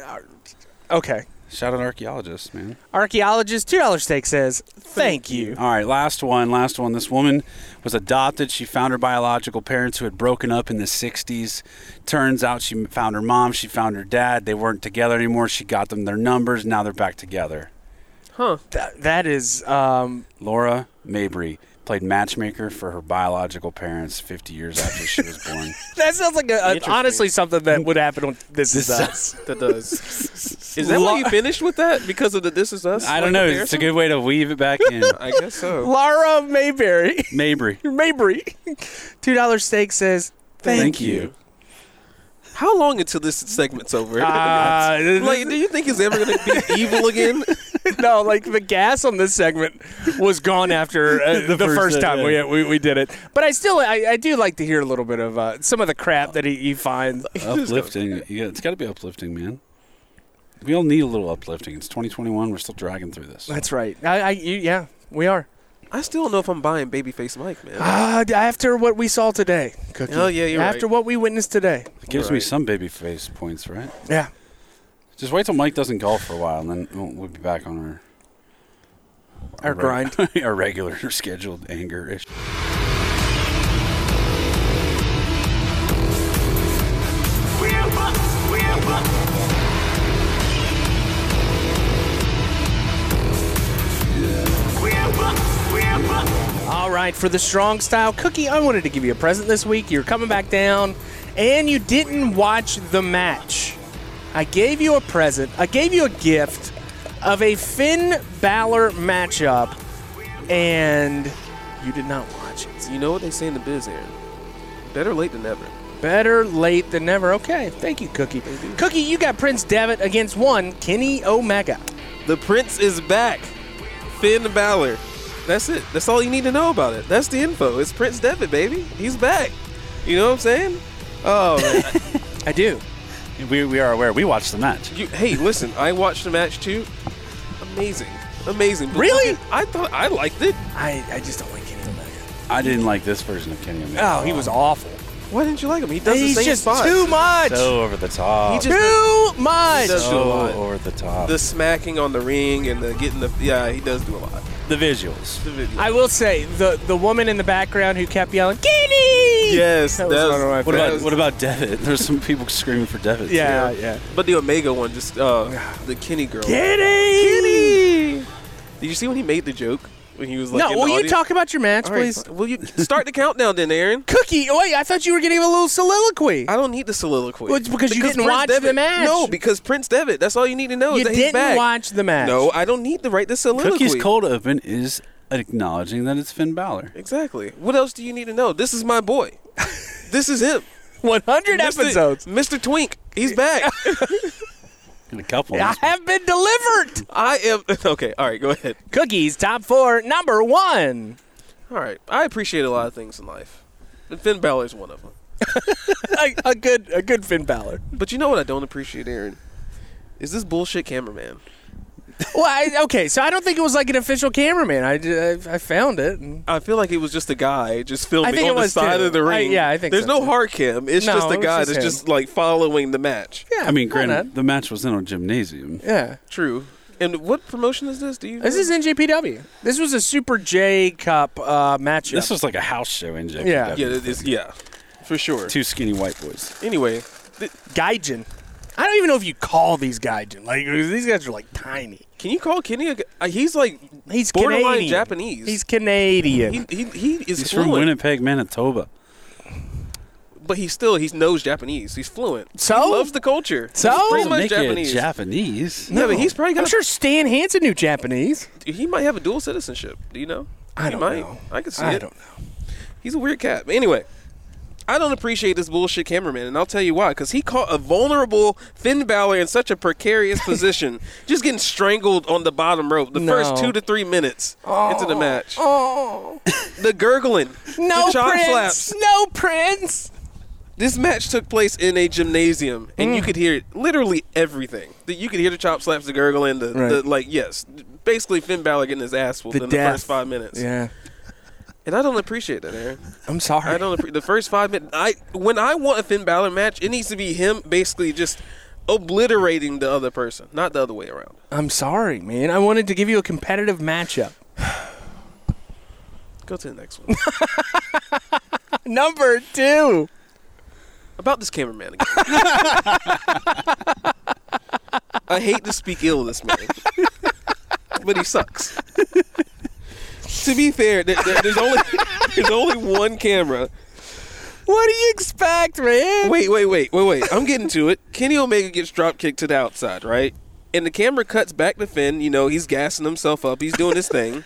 Okay. Shout out archaeologists, man. Archaeologist $2 steak says, thank you. All right, last one, last one. This woman was adopted. She found her biological parents who had broken up in the 60s. Turns out she found her mom, she found her dad. They weren't together anymore. She got them their numbers. Now they're back together. Th- that is, um, Laura Mabry played matchmaker for her biological parents 50 years after she was born. that sounds like a, a, Interesting. honestly something that would happen on This Is uh, This- Us. That does. Is that why you finished with that? Because of the This Is Us? I don't like, know. It's a comparison? good way to weave it back in. I guess so. Laura Mayberry. Mabry. Mabry. $2 steak says, thank, Thank you. you. How long until this segment's Uh, over? like, do you think he's ever going to be evil again? no, like the gas on this segment was gone after uh, the, first, first time time, we, yeah. we we did it. But I still I, I do like to hear a little bit of uh, some of the crap that he, he finds. uplifting. Yeah, it's got to be uplifting, man. We all need a little uplifting. It's 2021. We're still dragging through this. That's right. I, I you, yeah, we are. I still don't know if I'm buying Babyface Mike, man. Uh, after what we saw today, Cookie. Oh, yeah, you're after right. what we witnessed today. It gives me Right. some baby face points, right? Yeah. Just wait till Mike doesn't golf for a while, and then we'll, we'll be back on our Our grind. reg- our regular scheduled anger ish. All right, for the strong style cookie, I wanted to give you a present this week. You're coming back down, and you didn't watch the match. I gave you a present. I gave you a gift of a Finn Balor matchup, and you did not watch it. You know what they say in the biz, Aaron? Better late than never. Better late than never. Okay, thank you, Cookie. Cookie, you got Prince Devitt against one Kenny Omega. The Prince is back. Finn Balor. That's it. That's all you need to know about it. That's the info. It's Prince Devitt, baby. He's back. You know what I'm saying? Oh, man. I do. We, we are aware. We watched the match. you, hey, listen. I watched the match too. Amazing, amazing. But Really? look at- I thought I liked it. I, I just don't like Kenny Omega. I didn't like this version of Kenny Omega. Oh, he was awful. Why didn't you like him? He does He's the same just spot. too much. so over the top. He just- too much. does do a so lot. over the top. The smacking on the ring and the getting the yeah, he does do a lot. the visuals. The video. I will say the the woman in the background who kept yelling "Kenny." yes, That was one of my What that about was- what about Devitt? There's some people screaming for Devitt. Yeah, too. yeah. But the Omega one, just uh, the Kenny girl. Kenny. Did you see when he made the joke when he was like? No, in will the you audience? talk about your match, All right, please? fine. will you start the countdown then, Aaron? Cookie, wait, I thought you were getting a little soliloquy. I don't need the soliloquy. Well, it's because you didn't watch the Devitt- match. No, because Prince Devitt. That's all you need to know. you is that he's didn't back. watch the match. No, I don't need to write the soliloquy. Cookie's cold open is acknowledging that it's Finn Balor. Exactly. What else do you need to know? This is my boy. this is him. 100 episodes. Mr. Twink. He's back. In a couple. I have been delivered. I am. Okay. All right. Go ahead. Cookie's top four, number one. All right. I appreciate a lot of things in life. And Finn Balor's one of them. a, a good, a good Finn Balor. But you know what I don't appreciate, Aaron? Is this bullshit cameraman? Well, I, okay, so I don't think it was like an official cameraman. I, I, I found it. and- I feel like it was just a guy just filming think it on the was side too. of the I- ring. yeah, I think There's so, no too. hard cam. It's No, just it a was guy just that's him. just like following the match. yeah, I mean, why granted, not? the match was in a gymnasium. Yeah. True. And what promotion is this? Do you? This know? is NJPW. This was a Super J Cup uh, matchup. This was like a house show in JPW. Yeah. Yeah. It is, yeah. For sure. Two skinny white boys. Anyway, Gaijin. I don't even know if you call these Gaijin. Like these guys are like tiny. can you call Kenny? A, g- uh, he's like He's borderline Canadian. Japanese. He's Canadian. he, he, he is He's from fluent, Winnipeg, Manitoba. but he still he knows Japanese. He's fluent. So? he loves the culture. So? he's pretty Doesn't much Make Japanese. it Japanese. No, but he's probably I'm got. sure Stan Hansen knew Japanese. he might have a dual citizenship. Do you know? I He don't might. know. I could see I it. don't know. He's a weird cat. But anyway, I don't appreciate this bullshit cameraman, and I'll tell you why. Because he caught a vulnerable Finn Balor in such a precarious position, just getting strangled on the bottom rope the first No. two to three minutes into the match. Oh The gurgling, no, the chop Prince! slaps. No, Prince! This match took place in a gymnasium, and Mm. you could hear literally everything. The- You could hear the chop slaps, the gurgling, the, Right. the like. Yes, basically Finn Balor getting his ass whooped The in the death. first five minutes, Yeah, and I don't appreciate that, Aaron. I'm sorry. I don't. appre- the first five minutes. I when I want a Finn Balor match, it needs to be him basically just obliterating the other person, not the other way around. I'm sorry, man. I wanted to give you a competitive matchup. Go to the next one. Number two. About this cameraman again. I hate to speak ill of this man, but he sucks. to be fair, there, there- there's only there's only one camera. What do you expect, man? Wait, wait, wait, wait, wait. I'm getting to it. Kenny Omega gets drop kicked to the outside, right? And the camera cuts back to Finn. You know, he's gassing himself up. He's doing his thing.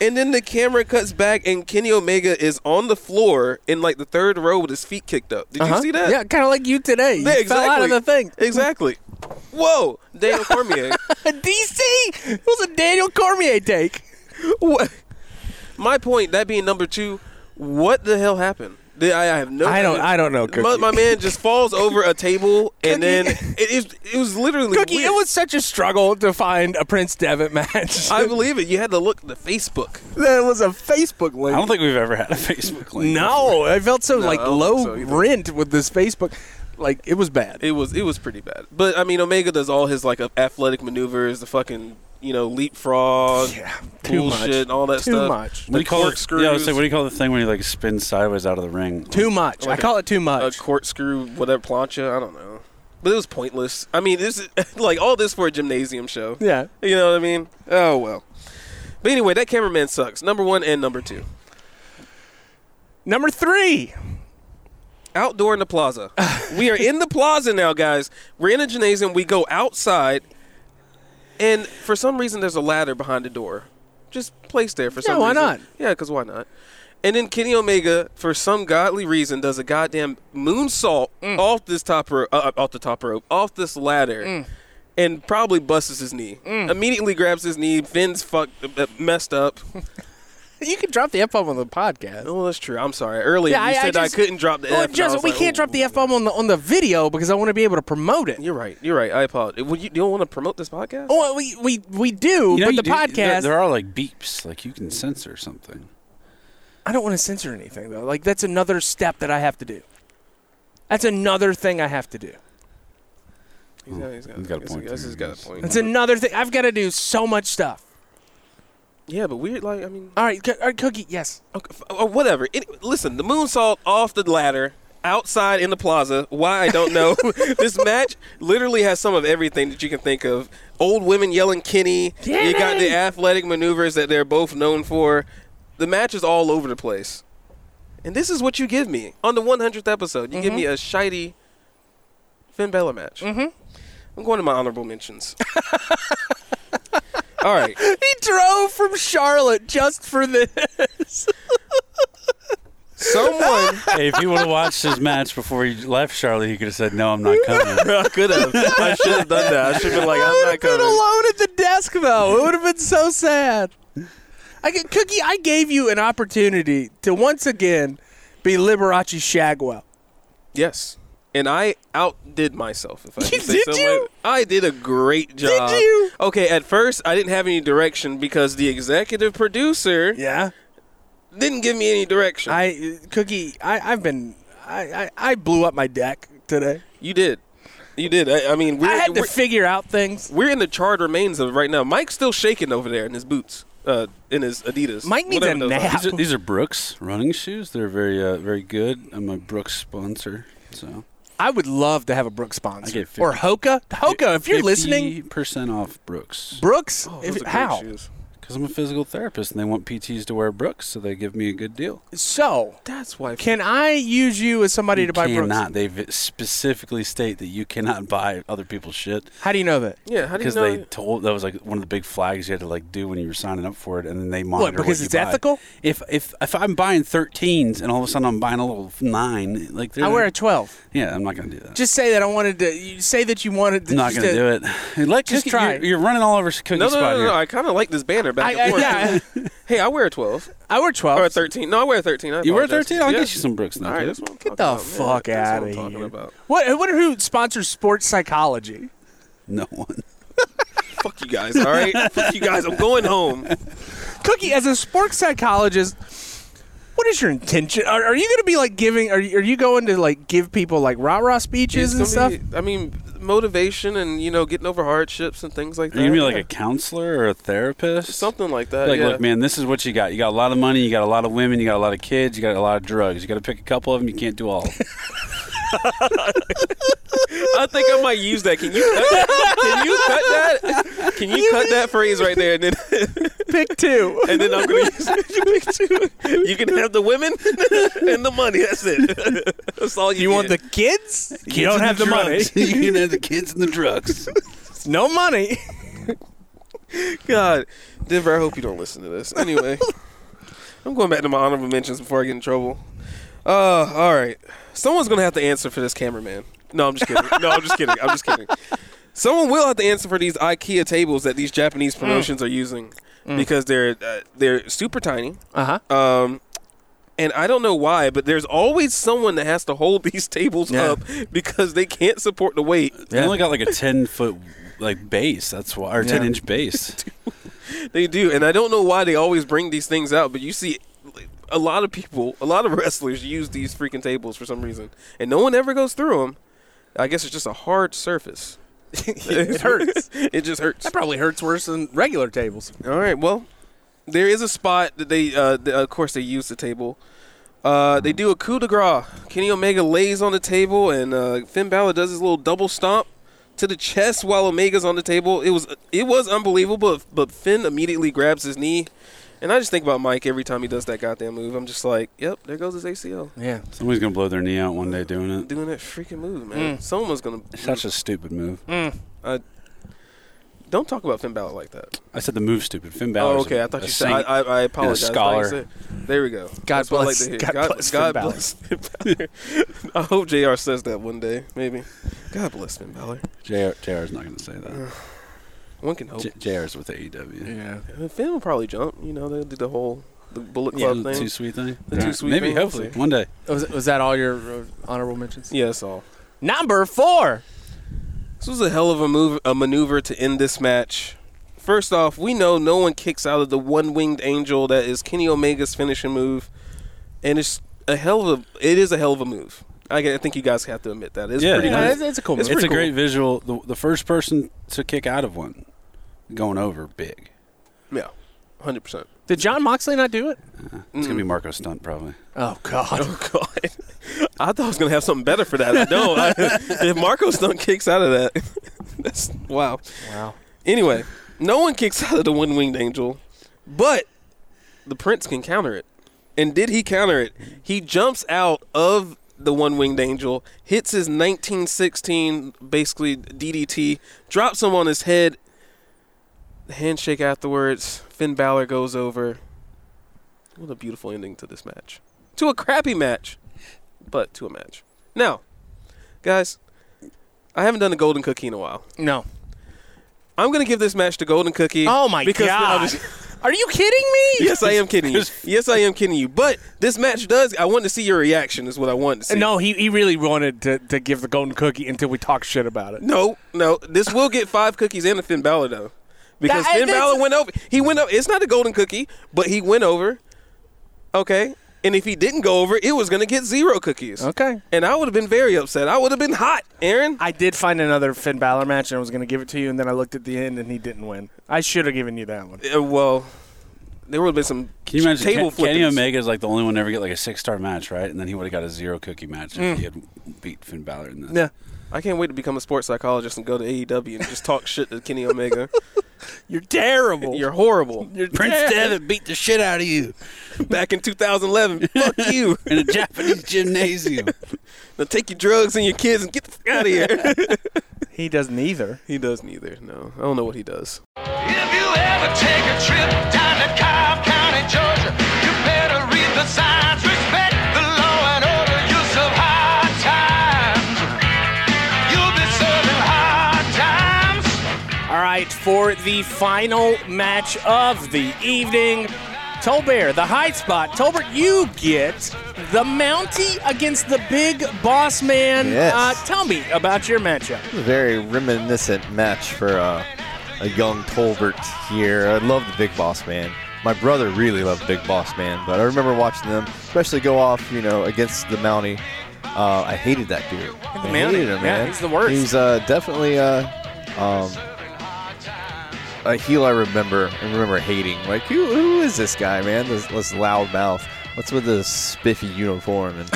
And then the camera cuts back, and Kenny Omega is on the floor in like the third row with his feet kicked up. Did Uh-huh. you see that? Yeah, kind of like you today. You Yeah, fell out of the thing. Exactly. Whoa, Daniel Cormier. DC. It was a Daniel Cormier take. what? My point, that being number two, what the hell happened? The- I, I have no. I don't. idea. I don't know, Cookie. My, my man just falls over a table, and then Cookie. it, it, it was literally. Cookie, weird. it was such a struggle to find a Prince Devitt match. I believe it. You had to look at the Facebook. there was a Facebook link. I don't think we've ever had a Facebook link. No, I felt so like I don't low think so either. rent with this Facebook. Like it was bad. It was it was pretty bad. But I mean, Omega does all his like athletic maneuvers, the fucking you know leapfrog, too bullshit, much. and all that Too stuff. much. What do you call it? corkscrews. Yeah, I was saying, what do you call the thing when you like spin sideways out of the ring? Too much. Like I call it too a much. corkscrew, whatever plancha. I don't know, but it was pointless. I mean, this is like all this for a gymnasium show. yeah. You know what I mean? Oh well. But anyway, that cameraman sucks. Number one and number two. Number three. Outdoor in the plaza. we are in the plaza now, guys. We're in a gymnasium. We go outside, and for some reason, there's a ladder behind the door, just placed there for Yeah, some. why reason. not? Yeah, because why not? And then Kenny Omega, for some godly reason, does a goddamn moonsault Mm. off this top rope, uh, off the top rope, off this ladder, Mm. and probably busts his knee. Immediately grabs his knee. Finn's fucked, uh, messed up. You can drop the F bomb on the podcast. Oh, that's true. I'm sorry. Earlier Yeah, you I- I said I, just- couldn't drop the Well, F. and I just was we like, can't oh, drop the F bomb on the on the video because I want to be able to promote it. You're right. You're right. I apologize. Well, you, you don't want to promote this podcast? Oh, well, we we we do, You know, but you the do- podcast. There, there are like beeps, like you can censor something. I don't want to censor anything though. Like that's another step that I have to do. That's another thing I have to do. He's got, he's got, He's got a he's- point he's there, got a yes. point. That's another thing. I've got to do so much stuff. yeah, but weird. Like, I mean, All right, co- all right Cookie. Yes. okay, f- or uh, whatever. It, listen, the moonsault off the ladder outside in the plaza. Why I don't know. this match literally has some of everything that you can think of. Old women yelling Kenny. You got Kenny! the athletic maneuvers that they're both known for. The match is all over the place. And this is what you give me on the 100th episode. You give me a shitey Finn Balor match. Mm-hmm. I'm going to my honorable mentions. all right. He drove from Charlotte just for this. Someone hey, if you would have watched his match before he left Charlotte, he could have said, "No, I'm not coming." I could have. I should have done that. I should have been like, I I'm would not have been coming. alone at the desk though. It would have been so sad. I get, Cookie, I gave you an opportunity to once again be Liberace Shagwell. Yes. And I outdid myself. If I can say Did so you? I did a great job. you? Okay, at first I didn't have any direction because the executive producer Yeah. didn't give me any direction. I Cookie, I, I've been I, I, I blew up my deck today. you did. You did. I, I mean, we're, I had to we're, figure out things. we're in the charred remains of right now. Mike's still shaking over there in his boots, uh, in his Adidas. Mike needs whatever a those are. nap. these, are, these are Brooks running shoes. They're very, uh, very good. I'm a Brooks sponsor, so I would love to have a Brooks I sponsor get 50 or Hoka. Hoka, if you're listening, percent off Brooks Brooks. Oh, those if, are great how? shoes. because I'm a physical therapist, and they want PTs to wear Brooks, so they give me a good deal. So, That's why. can I use you as somebody You to buy Brooks? cannot. They v- specifically state that you cannot buy other people's shit How do you know that? yeah. How do you because know? they told that was like one of the big flags you had to like do when you were signing up for it, and then they monitor What? Because you it's buy. ethical. If if if I'm buying 13s and all of a sudden I'm buying a little nine, like they're I wear a twelve. yeah, I'm not gonna do that. Just say that I wanted to. You say that you wanted. To, I'm not just gonna to- do it. Hey, Let Just Cookie- try. You're, you're running all over cookie no, no, spot no, no, here. no. I kind of like this banner I, back I, and forth. yeah, Hey, I wear a 12. I wear twelve. Or a 13. No, I wear a 13. I you wear apologize. 13? I'll Yeah. get you some Brooks. All right, that's Knuckles. what Get I'm talking the about, man. fuck Oh, That's what out I'm of talking here! about. What? I wonder who sponsors sports psychology. no one. Fuck you guys, all right? fuck you guys. I'm going home. Cookie, as a sports psychologist, what is your intention? Are, are you going to be like giving? Are you, are you going to like give people like rah rah speeches and It's gonna stuff? be- I mean, motivation and you know getting over hardships and things like Are that. you gonna be like Yeah. a counselor or a therapist? something like that? Like, yeah. look, man, this is what you got. You got a lot of money. You got a lot of women. You got a lot of kids. You got a lot of drugs. You got to pick a couple of them. You can't do all. of 'em." I think I might use that. Can you cut that? Can you cut that? Can you cut that phrase right there? And then Pick two. and then I'm gonna use it. You pick two. You can have the women and the money. That's it. That's all you. You want the get. kids? you don't and have the money. drugs. you can have the kids and the drugs. No money. God, Denver. I hope you don't listen to this. Anyway, I'm going back to my honorable mentions before I get in trouble. Uh, all right. Someone's gonna have to answer for this cameraman. No, I'm just kidding. No, I'm just kidding. I'm just kidding. Someone will have to answer for these IKEA tables that these Japanese promotions are using because they're uh, they're super tiny. Uh huh. Um, and I don't know why, but there's always someone that has to hold these tables Yeah. up because they can't support the weight. They only got like a ten foot like base. That's why, or ten Yeah. inch base. They do, and I don't know why they always bring these things out. But you see, like, a lot of people, a lot of wrestlers use these freaking tables for some reason, and no one ever goes through them. I guess it's just a hard surface. it hurts. it just hurts. That probably hurts worse than regular tables. All right. Well, there is a spot that they, uh, th- of course, they use the table. Uh, they do a coup de grace. Kenny Omega lays on the table, and uh, Finn Balor does his little double stomp to the chest while Omega's on the table. It was it was unbelievable, but, but Finn immediately grabs his knee, and I just think about Mike every time he does that goddamn move. I'm just like, yep, there goes his ACL. Yeah. Somebody's gonna blow their knee out one day doing it. Doing that freaking move, man. Someone's gonna. Mm. Such a stupid move. Don't talk about Finn Balor like that. I said the move stupid. Finn Balor. Oh, okay. I thought you said. I, Saint. I, I apologize. I thought you scholar. said- There we go. God what I bless- God bless Finn Balor. Finn Balor. I hope Jr. says that one day, maybe. God bless Finn Balor. JR, JR's not gonna say that. One can hope. J, JR's with E AEW. Yeah. Uh, Finn will probably jump. You know, they'll do the whole the Bullet Yeah, Club the thing. too sweet thing. The Yeah. too sweet Maybe, thing, we'll hopefully, see. one day. Was, was that all your uh, honorable mentions? yeah, that's all. Number four. This was a hell of a move, a maneuver to end this match. First off, we know no one kicks out of the one-winged angel that is Kenny Omega's finishing move, and it's a hell of a. It is a hell of a move. I, g- I think you guys have to admit that. It's Yeah, pretty yeah, nice. it's, it's a cool. It's, move. a great visual. The, the first person to kick out of one, going over big. Yeah, hundred percent. Did John Moxley not do it? It's gonna be Marco stunt probably. Oh God. Oh God! I thought I was gonna have something better for that. I don't. I, if Marco Stunt kicks out of that, that's wow. Wow. Anyway, no one kicks out of the one winged angel, but the prince can counter it. And did he counter it? He jumps out of the one winged angel, hits his 1916 basically DDT, drops him on his head. Handshake afterwards. Finn Balor goes over. What a beautiful ending to this match. To a crappy match, but to a match. Now, guys, I haven't done a golden cookie in a while. No. I'm gonna give this match to Golden Cookie. Oh my because God. I'm just- Are you kidding me? yes, I am kidding you. Yes, I am kidding you. But this match does. I want to see your reaction. Is what I want to see. No, he, he really wanted to, to give the golden cookie until we talk shit about it. no, no. This will get five cookies and a Finn Balor though, because That- Finn that's- Balor went over. He went up. It's not a Golden Cookie, but he went over. Okay, and if he didn't go over, it was gonna get zero cookies. Okay. And I would have been very upset. I would have been hot, Aaron. I did find another Finn Balor match, and I was going to give it to you, and then I looked at the end, and he didn't win. I should have given you that one. Uh, well, there would have been some Can you imagine? table Ken- Kenny flippings. Omega is like the only one to ever get like a six star match, right? And then he would have got a zero cookie match if he had beat Finn Balor in that. Yeah. I can't wait to become a sports psychologist and go to AEW and just talk shit to Kenny Omega. You're terrible. You're horrible. Prince Devitt beat the shit out of you back in 2011. Fuck you. in a Japanese gymnasium. Now take your drugs and your kids and get the fuck out of here. he doesn't either. he does neither. No, I don't know what he does. If you ever take a trip down to Cobb County, Georgia, you better read the signs, respect the law and order, use of hard times. You'll be serving hard times. All right, for the final match of the evening, Tolbert, the high spot. Tolbert, you get the Mountie against the Big Boss Man. Yes. Uh, tell me about your matchup. Very reminiscent match for uh, a young Tolbert here. I love the Big Boss Man. My brother really loved Big Boss Man, but I remember watching them, especially go off, you know, against the Mountie. Uh, I hated that dude. I man. hated him, Yeah, man. he's the worst. He's uh, definitely uh, um, a heel I remember. I remember hating. Like, who, who is this guy, man? This, this loud mouth. What's with this spiffy uniform and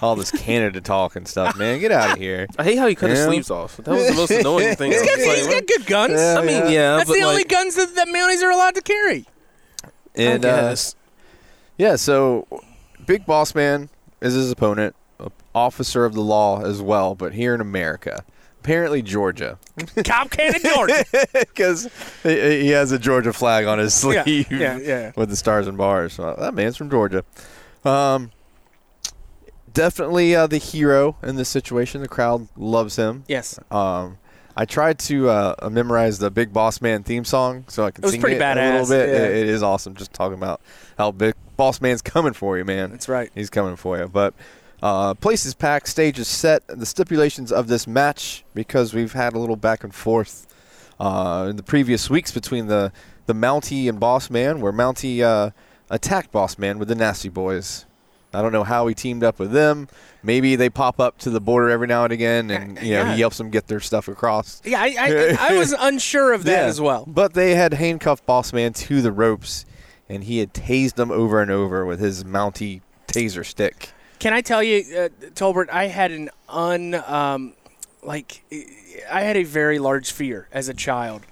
all this Canada talk and stuff, man? Get out of here. I hate how he cut his Yeah. sleeves off. That was the most annoying thing. He's I He's was got, like, he's what? got good guns. Yeah, I mean, yeah. yeah, That's but the only like, guns that the Mounties are allowed to carry. And I uh, guess. yeah, so Big Boss Man is his opponent, a officer of the law as well, but here in America, apparently Georgia. Cop Cannon Jordan. because he he has a Georgia flag on his Yeah, sleeve yeah, yeah. with the stars and bars. Well, that man's from Georgia. Um, definitely uh, the hero in this situation. The crowd loves him. yes. Um, I tried to uh, memorize the Big Boss Man theme song so I could It was sing pretty it a badass, little bit. yeah. It- it is awesome just talking about how Big Boss Man's coming for you, man. That's right. He's coming for you. But uh, place is packed, stage is set. The stipulations of this match, because we've had a little back and forth uh, in the previous weeks between the, the Mountie and Boss Man, where Mountie uh, attacked Boss Man with the Nasty Boys. I don't know how he teamed up with them. Maybe they pop up to the border every now and again, and you know Yeah. he helps them get their stuff across. Yeah, I, I, I was unsure of that Yeah. as well. But they had handcuffed Boss Man to the ropes, and he had tased them over and over with his Mountie taser stick. Can I tell you, uh, Tolbert, I had an un, um, like, I had a very large fear as a child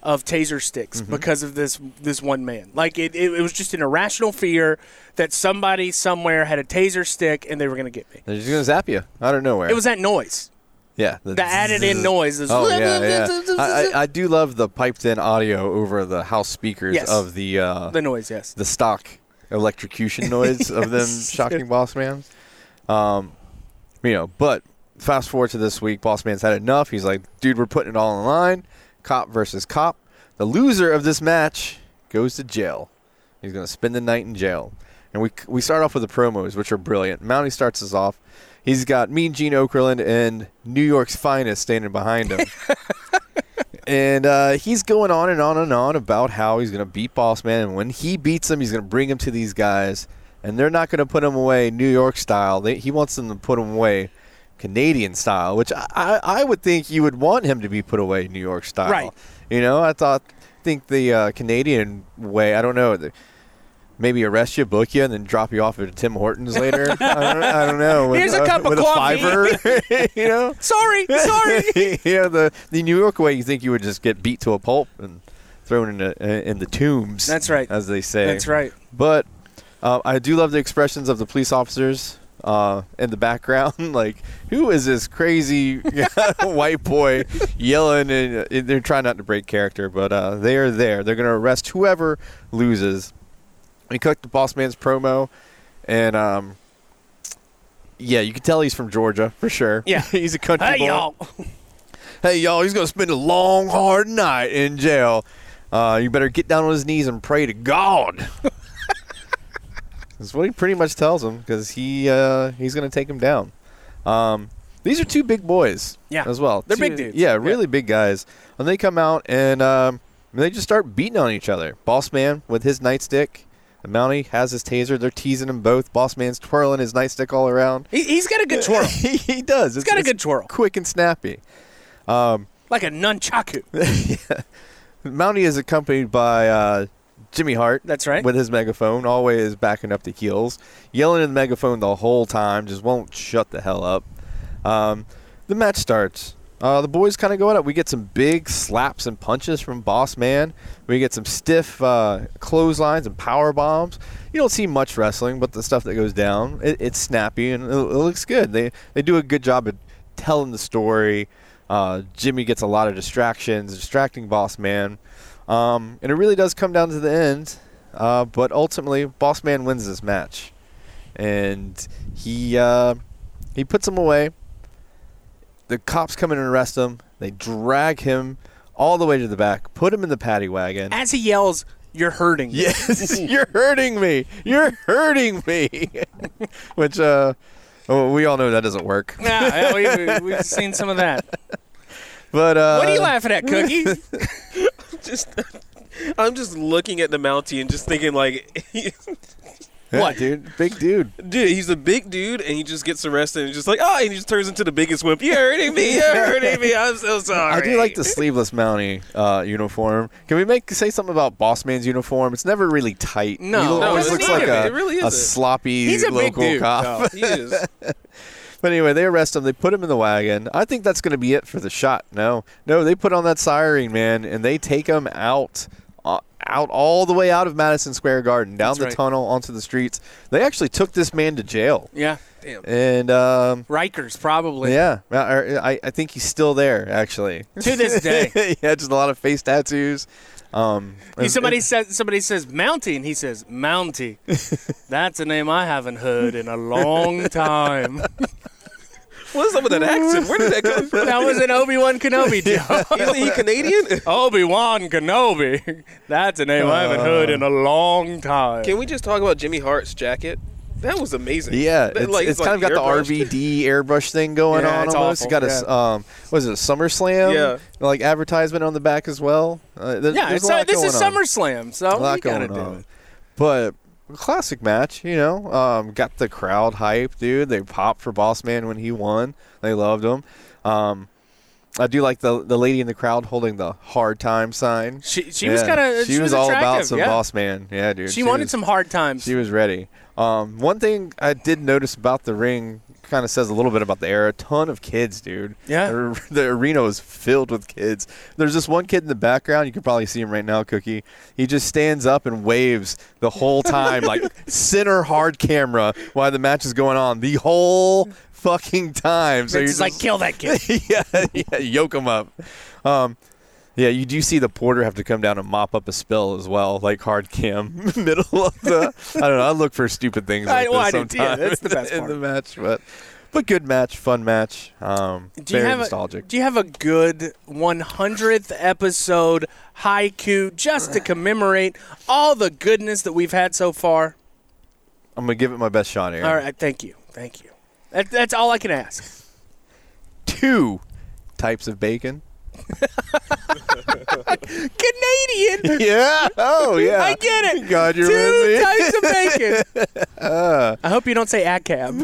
of taser sticks Mm-hmm. because of this this one man. Like, it, it, it was just an irrational fear that somebody somewhere had a taser stick and they were going to get me. They're just gonna zap you out of nowhere. It was that noise, yeah, the added in noise. Is, Oh yeah, yeah. I, I, I do love the piped-in audio over the house speakers Yes. of the uh, the noise, yes. the stock electrocution noise of them shocking Boss Man. Um, you know, but fast forward to this week, Boss Man's had enough. He's like, dude, we're putting it all on the line. Cop versus cop. The loser of this match goes to jail. He's going to spend the night in jail. And we, we start off with the promos, which are brilliant. Mountie starts us off. He's got Mean Gene Okerlund and New York's finest standing behind him. And uh, he's going on and on and on about how he's going to beat Boss Man. And when he beats him, he's going to bring him to these guys. And they're not going to put him away New York style. They, he wants them to put him away Canadian style, which I, I, I would think you would want him to be put away New York style. Right. You know, I thought, think the uh, Canadian way, I don't know. The, Maybe arrest you, book you, and then drop you off at Tim Hortons later. I, don't, I don't know. With, uh, Here's a cup of with coffee. a fiver, you know. Sorry, sorry. yeah, the the New York way, you think you would just get beat to a pulp and thrown in the in the tombs. That's right. as they say. That's right. But uh, I do love the expressions of the police officers uh, in the background. like, who is this crazy white boy yelling? And, uh, they're trying not to break character, but uh, they are there. They're going to arrest whoever loses. We cut the boss man's promo, and um, yeah, you can tell he's from Georgia for sure. Yeah. he's a country Hey, boy y'all. hey y'all he's gonna spend a long hard night in jail uh, you better get down on his knees and pray to god that's what he pretty much tells him because he uh, he's gonna take him down um, these are two big boys Yeah. as well They're Two- big dudes. yeah Yeah. really big guys and they come out and um, they just start beating on each other boss man with his nightstick and Mountie has his taser. They're teasing him both. Boss man's twirling his nightstick all around. He, he's got a good twirl, he, he does. It's got a it's good twirl. Quick and snappy. like a nunchaku. Mounty is accompanied by uh, Jimmy Hart. That's right. With his megaphone, always backing up the heels, yelling in the megaphone the whole time, just won't shut the hell up. Um, the match starts. Uh, the boys kind of going up. We get some big slaps and punches from Boss Man. We get some stiff uh, clotheslines and power bombs. You don't see much wrestling, but the stuff that goes down, it, it's snappy and it, it looks good. They they do a good job at telling the story. Uh, Jimmy gets a lot of distractions, distracting Boss Man, um, and it really does come down to the end. Uh, but ultimately, Boss Man wins this match, and he uh, he puts him away the cops come in and arrest him. They drag him all the way to the back, put him in the paddy wagon. As he yells, "You're hurting." me." Yes, you're hurting me. You're hurting me. Which uh, oh, we all know that doesn't work. Yeah, yeah, we, have seen some of that. But uh, What are you laughing at, Cookie? just I'm just looking at the Mountie and just thinking like Yeah, What? dude? Big dude. Dude, he's a big dude, and he just gets arrested, and he's just like, oh, and he just turns into the biggest wimp. You're hurting me. You're hurting me. I'm so sorry. I do like the sleeveless Mountie uh, uniform. Can we make say something about Boss Man's uniform? It's never really tight. No. he No, it always doesn't looks need like to be. a, It really a isn't. sloppy He's a big local dude, cop. He is. But anyway, they arrest him. They put him in the wagon. I think that's going to be it for the shot. No, no, they put on that siren, man, and they take him out, uh, out all the way out of Madison Square Garden, down That's the right. tunnel, onto the streets. They actually took this man to jail, Yeah. Damn. and um, Rikers, probably. yeah, er, I, I- I think he's still there actually To this day. yeah, just a lot of face tattoos. Um, He- somebody says somebody says Mountie, and he says Mountie. That's a name I haven't heard in a long time. What's up with that accent? Where did that come from? that was an Obi Wan Kenobi joke. Isn't he Canadian? Obi Wan Kenobi. That's a name I haven't heard in a long time. Can we just talk about Jimmy Hart's jacket? That was amazing. Yeah, But, it's, it's kind of got airbrushed. the RVD airbrush thing going Yeah, on it's almost. awful, It's got a s- um, was it a SummerSlam? Yeah. like advertisement on the back as well. Uh, there- yeah, there's it's a uh lot this going is on. SummerSlam, so A lot we gotta going do on. it. But classic match, you know, um, got the crowd hype, dude. They popped for Boss Man when he won. They loved him. Um, I do like the the lady in the crowd holding the hard time sign. She she was Yeah. kind of she, was, all about attractive, some yeah. Boss Man. Yeah, dude. She, wanted was- some hard times. she was ready. Um, one thing I did notice about the ring kind of says a little bit about the era. A ton of kids, dude. Yeah. The, ar- the arena was filled with kids. There's this one kid in the background. You can probably see him right now, Cookie. He just stands up and waves the whole time, like center hard camera while the match is going on. The whole fucking time. So it's you're just like just- kill that kid. yeah, yeah, yoke them up. Um, yeah, you do see the porter have to come down and mop up a spill as well, like hard cam middle of the. I don't know. I look for stupid things I- like well, I this do too. Yeah, sometimes that's the best in part. the match, but but good match, fun match. Um, Do you very have nostalgic. A, do you have a good 100th episode haiku just to commemorate all the goodness that we've had so far? I'm gonna give it my best shot here. All right, thank you, thank you. That, that's all I can ask. two types of bacon. Canadian, Yeah. Oh yeah. I get it. God, you're with Two me. types of bacon. Uh. I hope you don't say ACAB.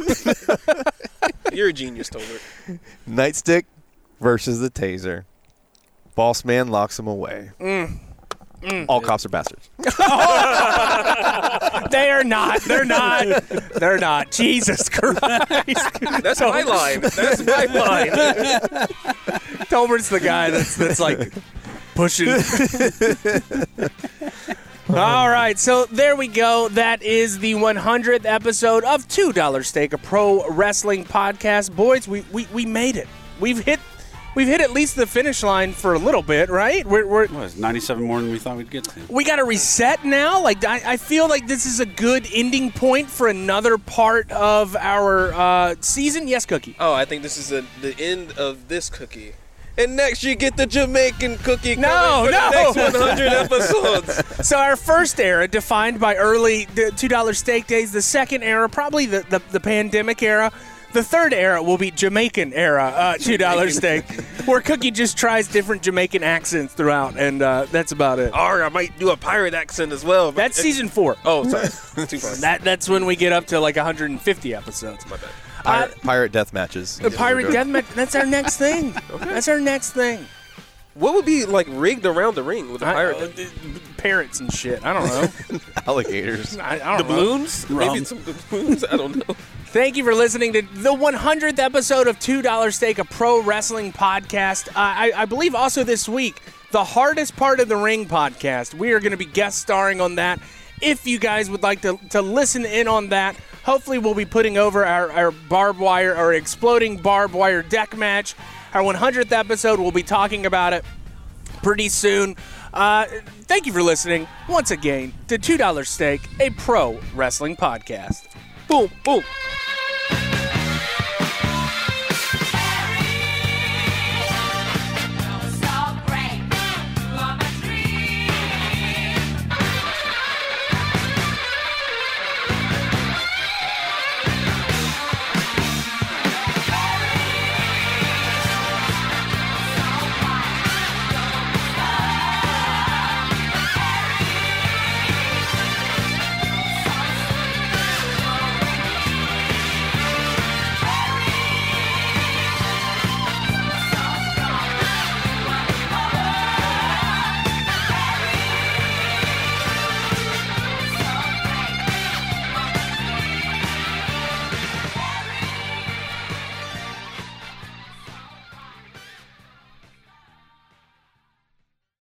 You're a genius, Tolbert. Nightstick versus the taser. Boss man locks him away. Mm. All cops are bastards. they are not. They're not. They're not. Jesus Christ. That's my Oh. line. That's my line. Tolbert's the guy that's that's like pushing. All right, so there we go. That is the 100th episode of Two Dollar Steak, a pro wrestling podcast. Boys, we, we, we made it. We've hit we've hit at least the finish line for a little bit, right? We're, we're What, it's 97 more than we thought we'd get to. we got to reset now. Like I, I feel like this is a good ending point for another part of our uh, season. Yes, Cookie. Oh, I think this is the the end of this cookie. And next, you get the Jamaican cookie. No, coming for no. The next 100 episodes. So our first era, defined by early d- two dollar steak days. The second era, probably the, the, the pandemic era. The third era will be Jamaican era uh, two dollar steak, where Cookie just tries different Jamaican accents throughout, and uh, that's about it. Or I might do a pirate accent as well. but- That's season four. Oh, sorry. Too far. That that's when we get up to like 150 episodes. My bad. Uh, Pirate, pirate death matches. the pirate deathmatch. That's our next thing. That's our next thing. What would be like rigged around the ring with a pirate? I, uh, d- d- parrots and shit. I don't know. alligators. I, I don't know. Balloons? Maybe Rum. some balloons? I don't know. Thank you for listening to the 100th episode of Two Dollar Steak, a pro wrestling podcast. Uh, I, I believe also this week, the hardest part of the ring podcast. We are going to be guest starring on that. If you guys would like to, to listen in on that, hopefully we'll be putting over our, our barbed wire, our exploding barbed wire deck match. Our 100th episode, we'll be talking about it pretty soon. Uh, thank you for listening once again to $2 Steak, a pro wrestling podcast. Boom, boom.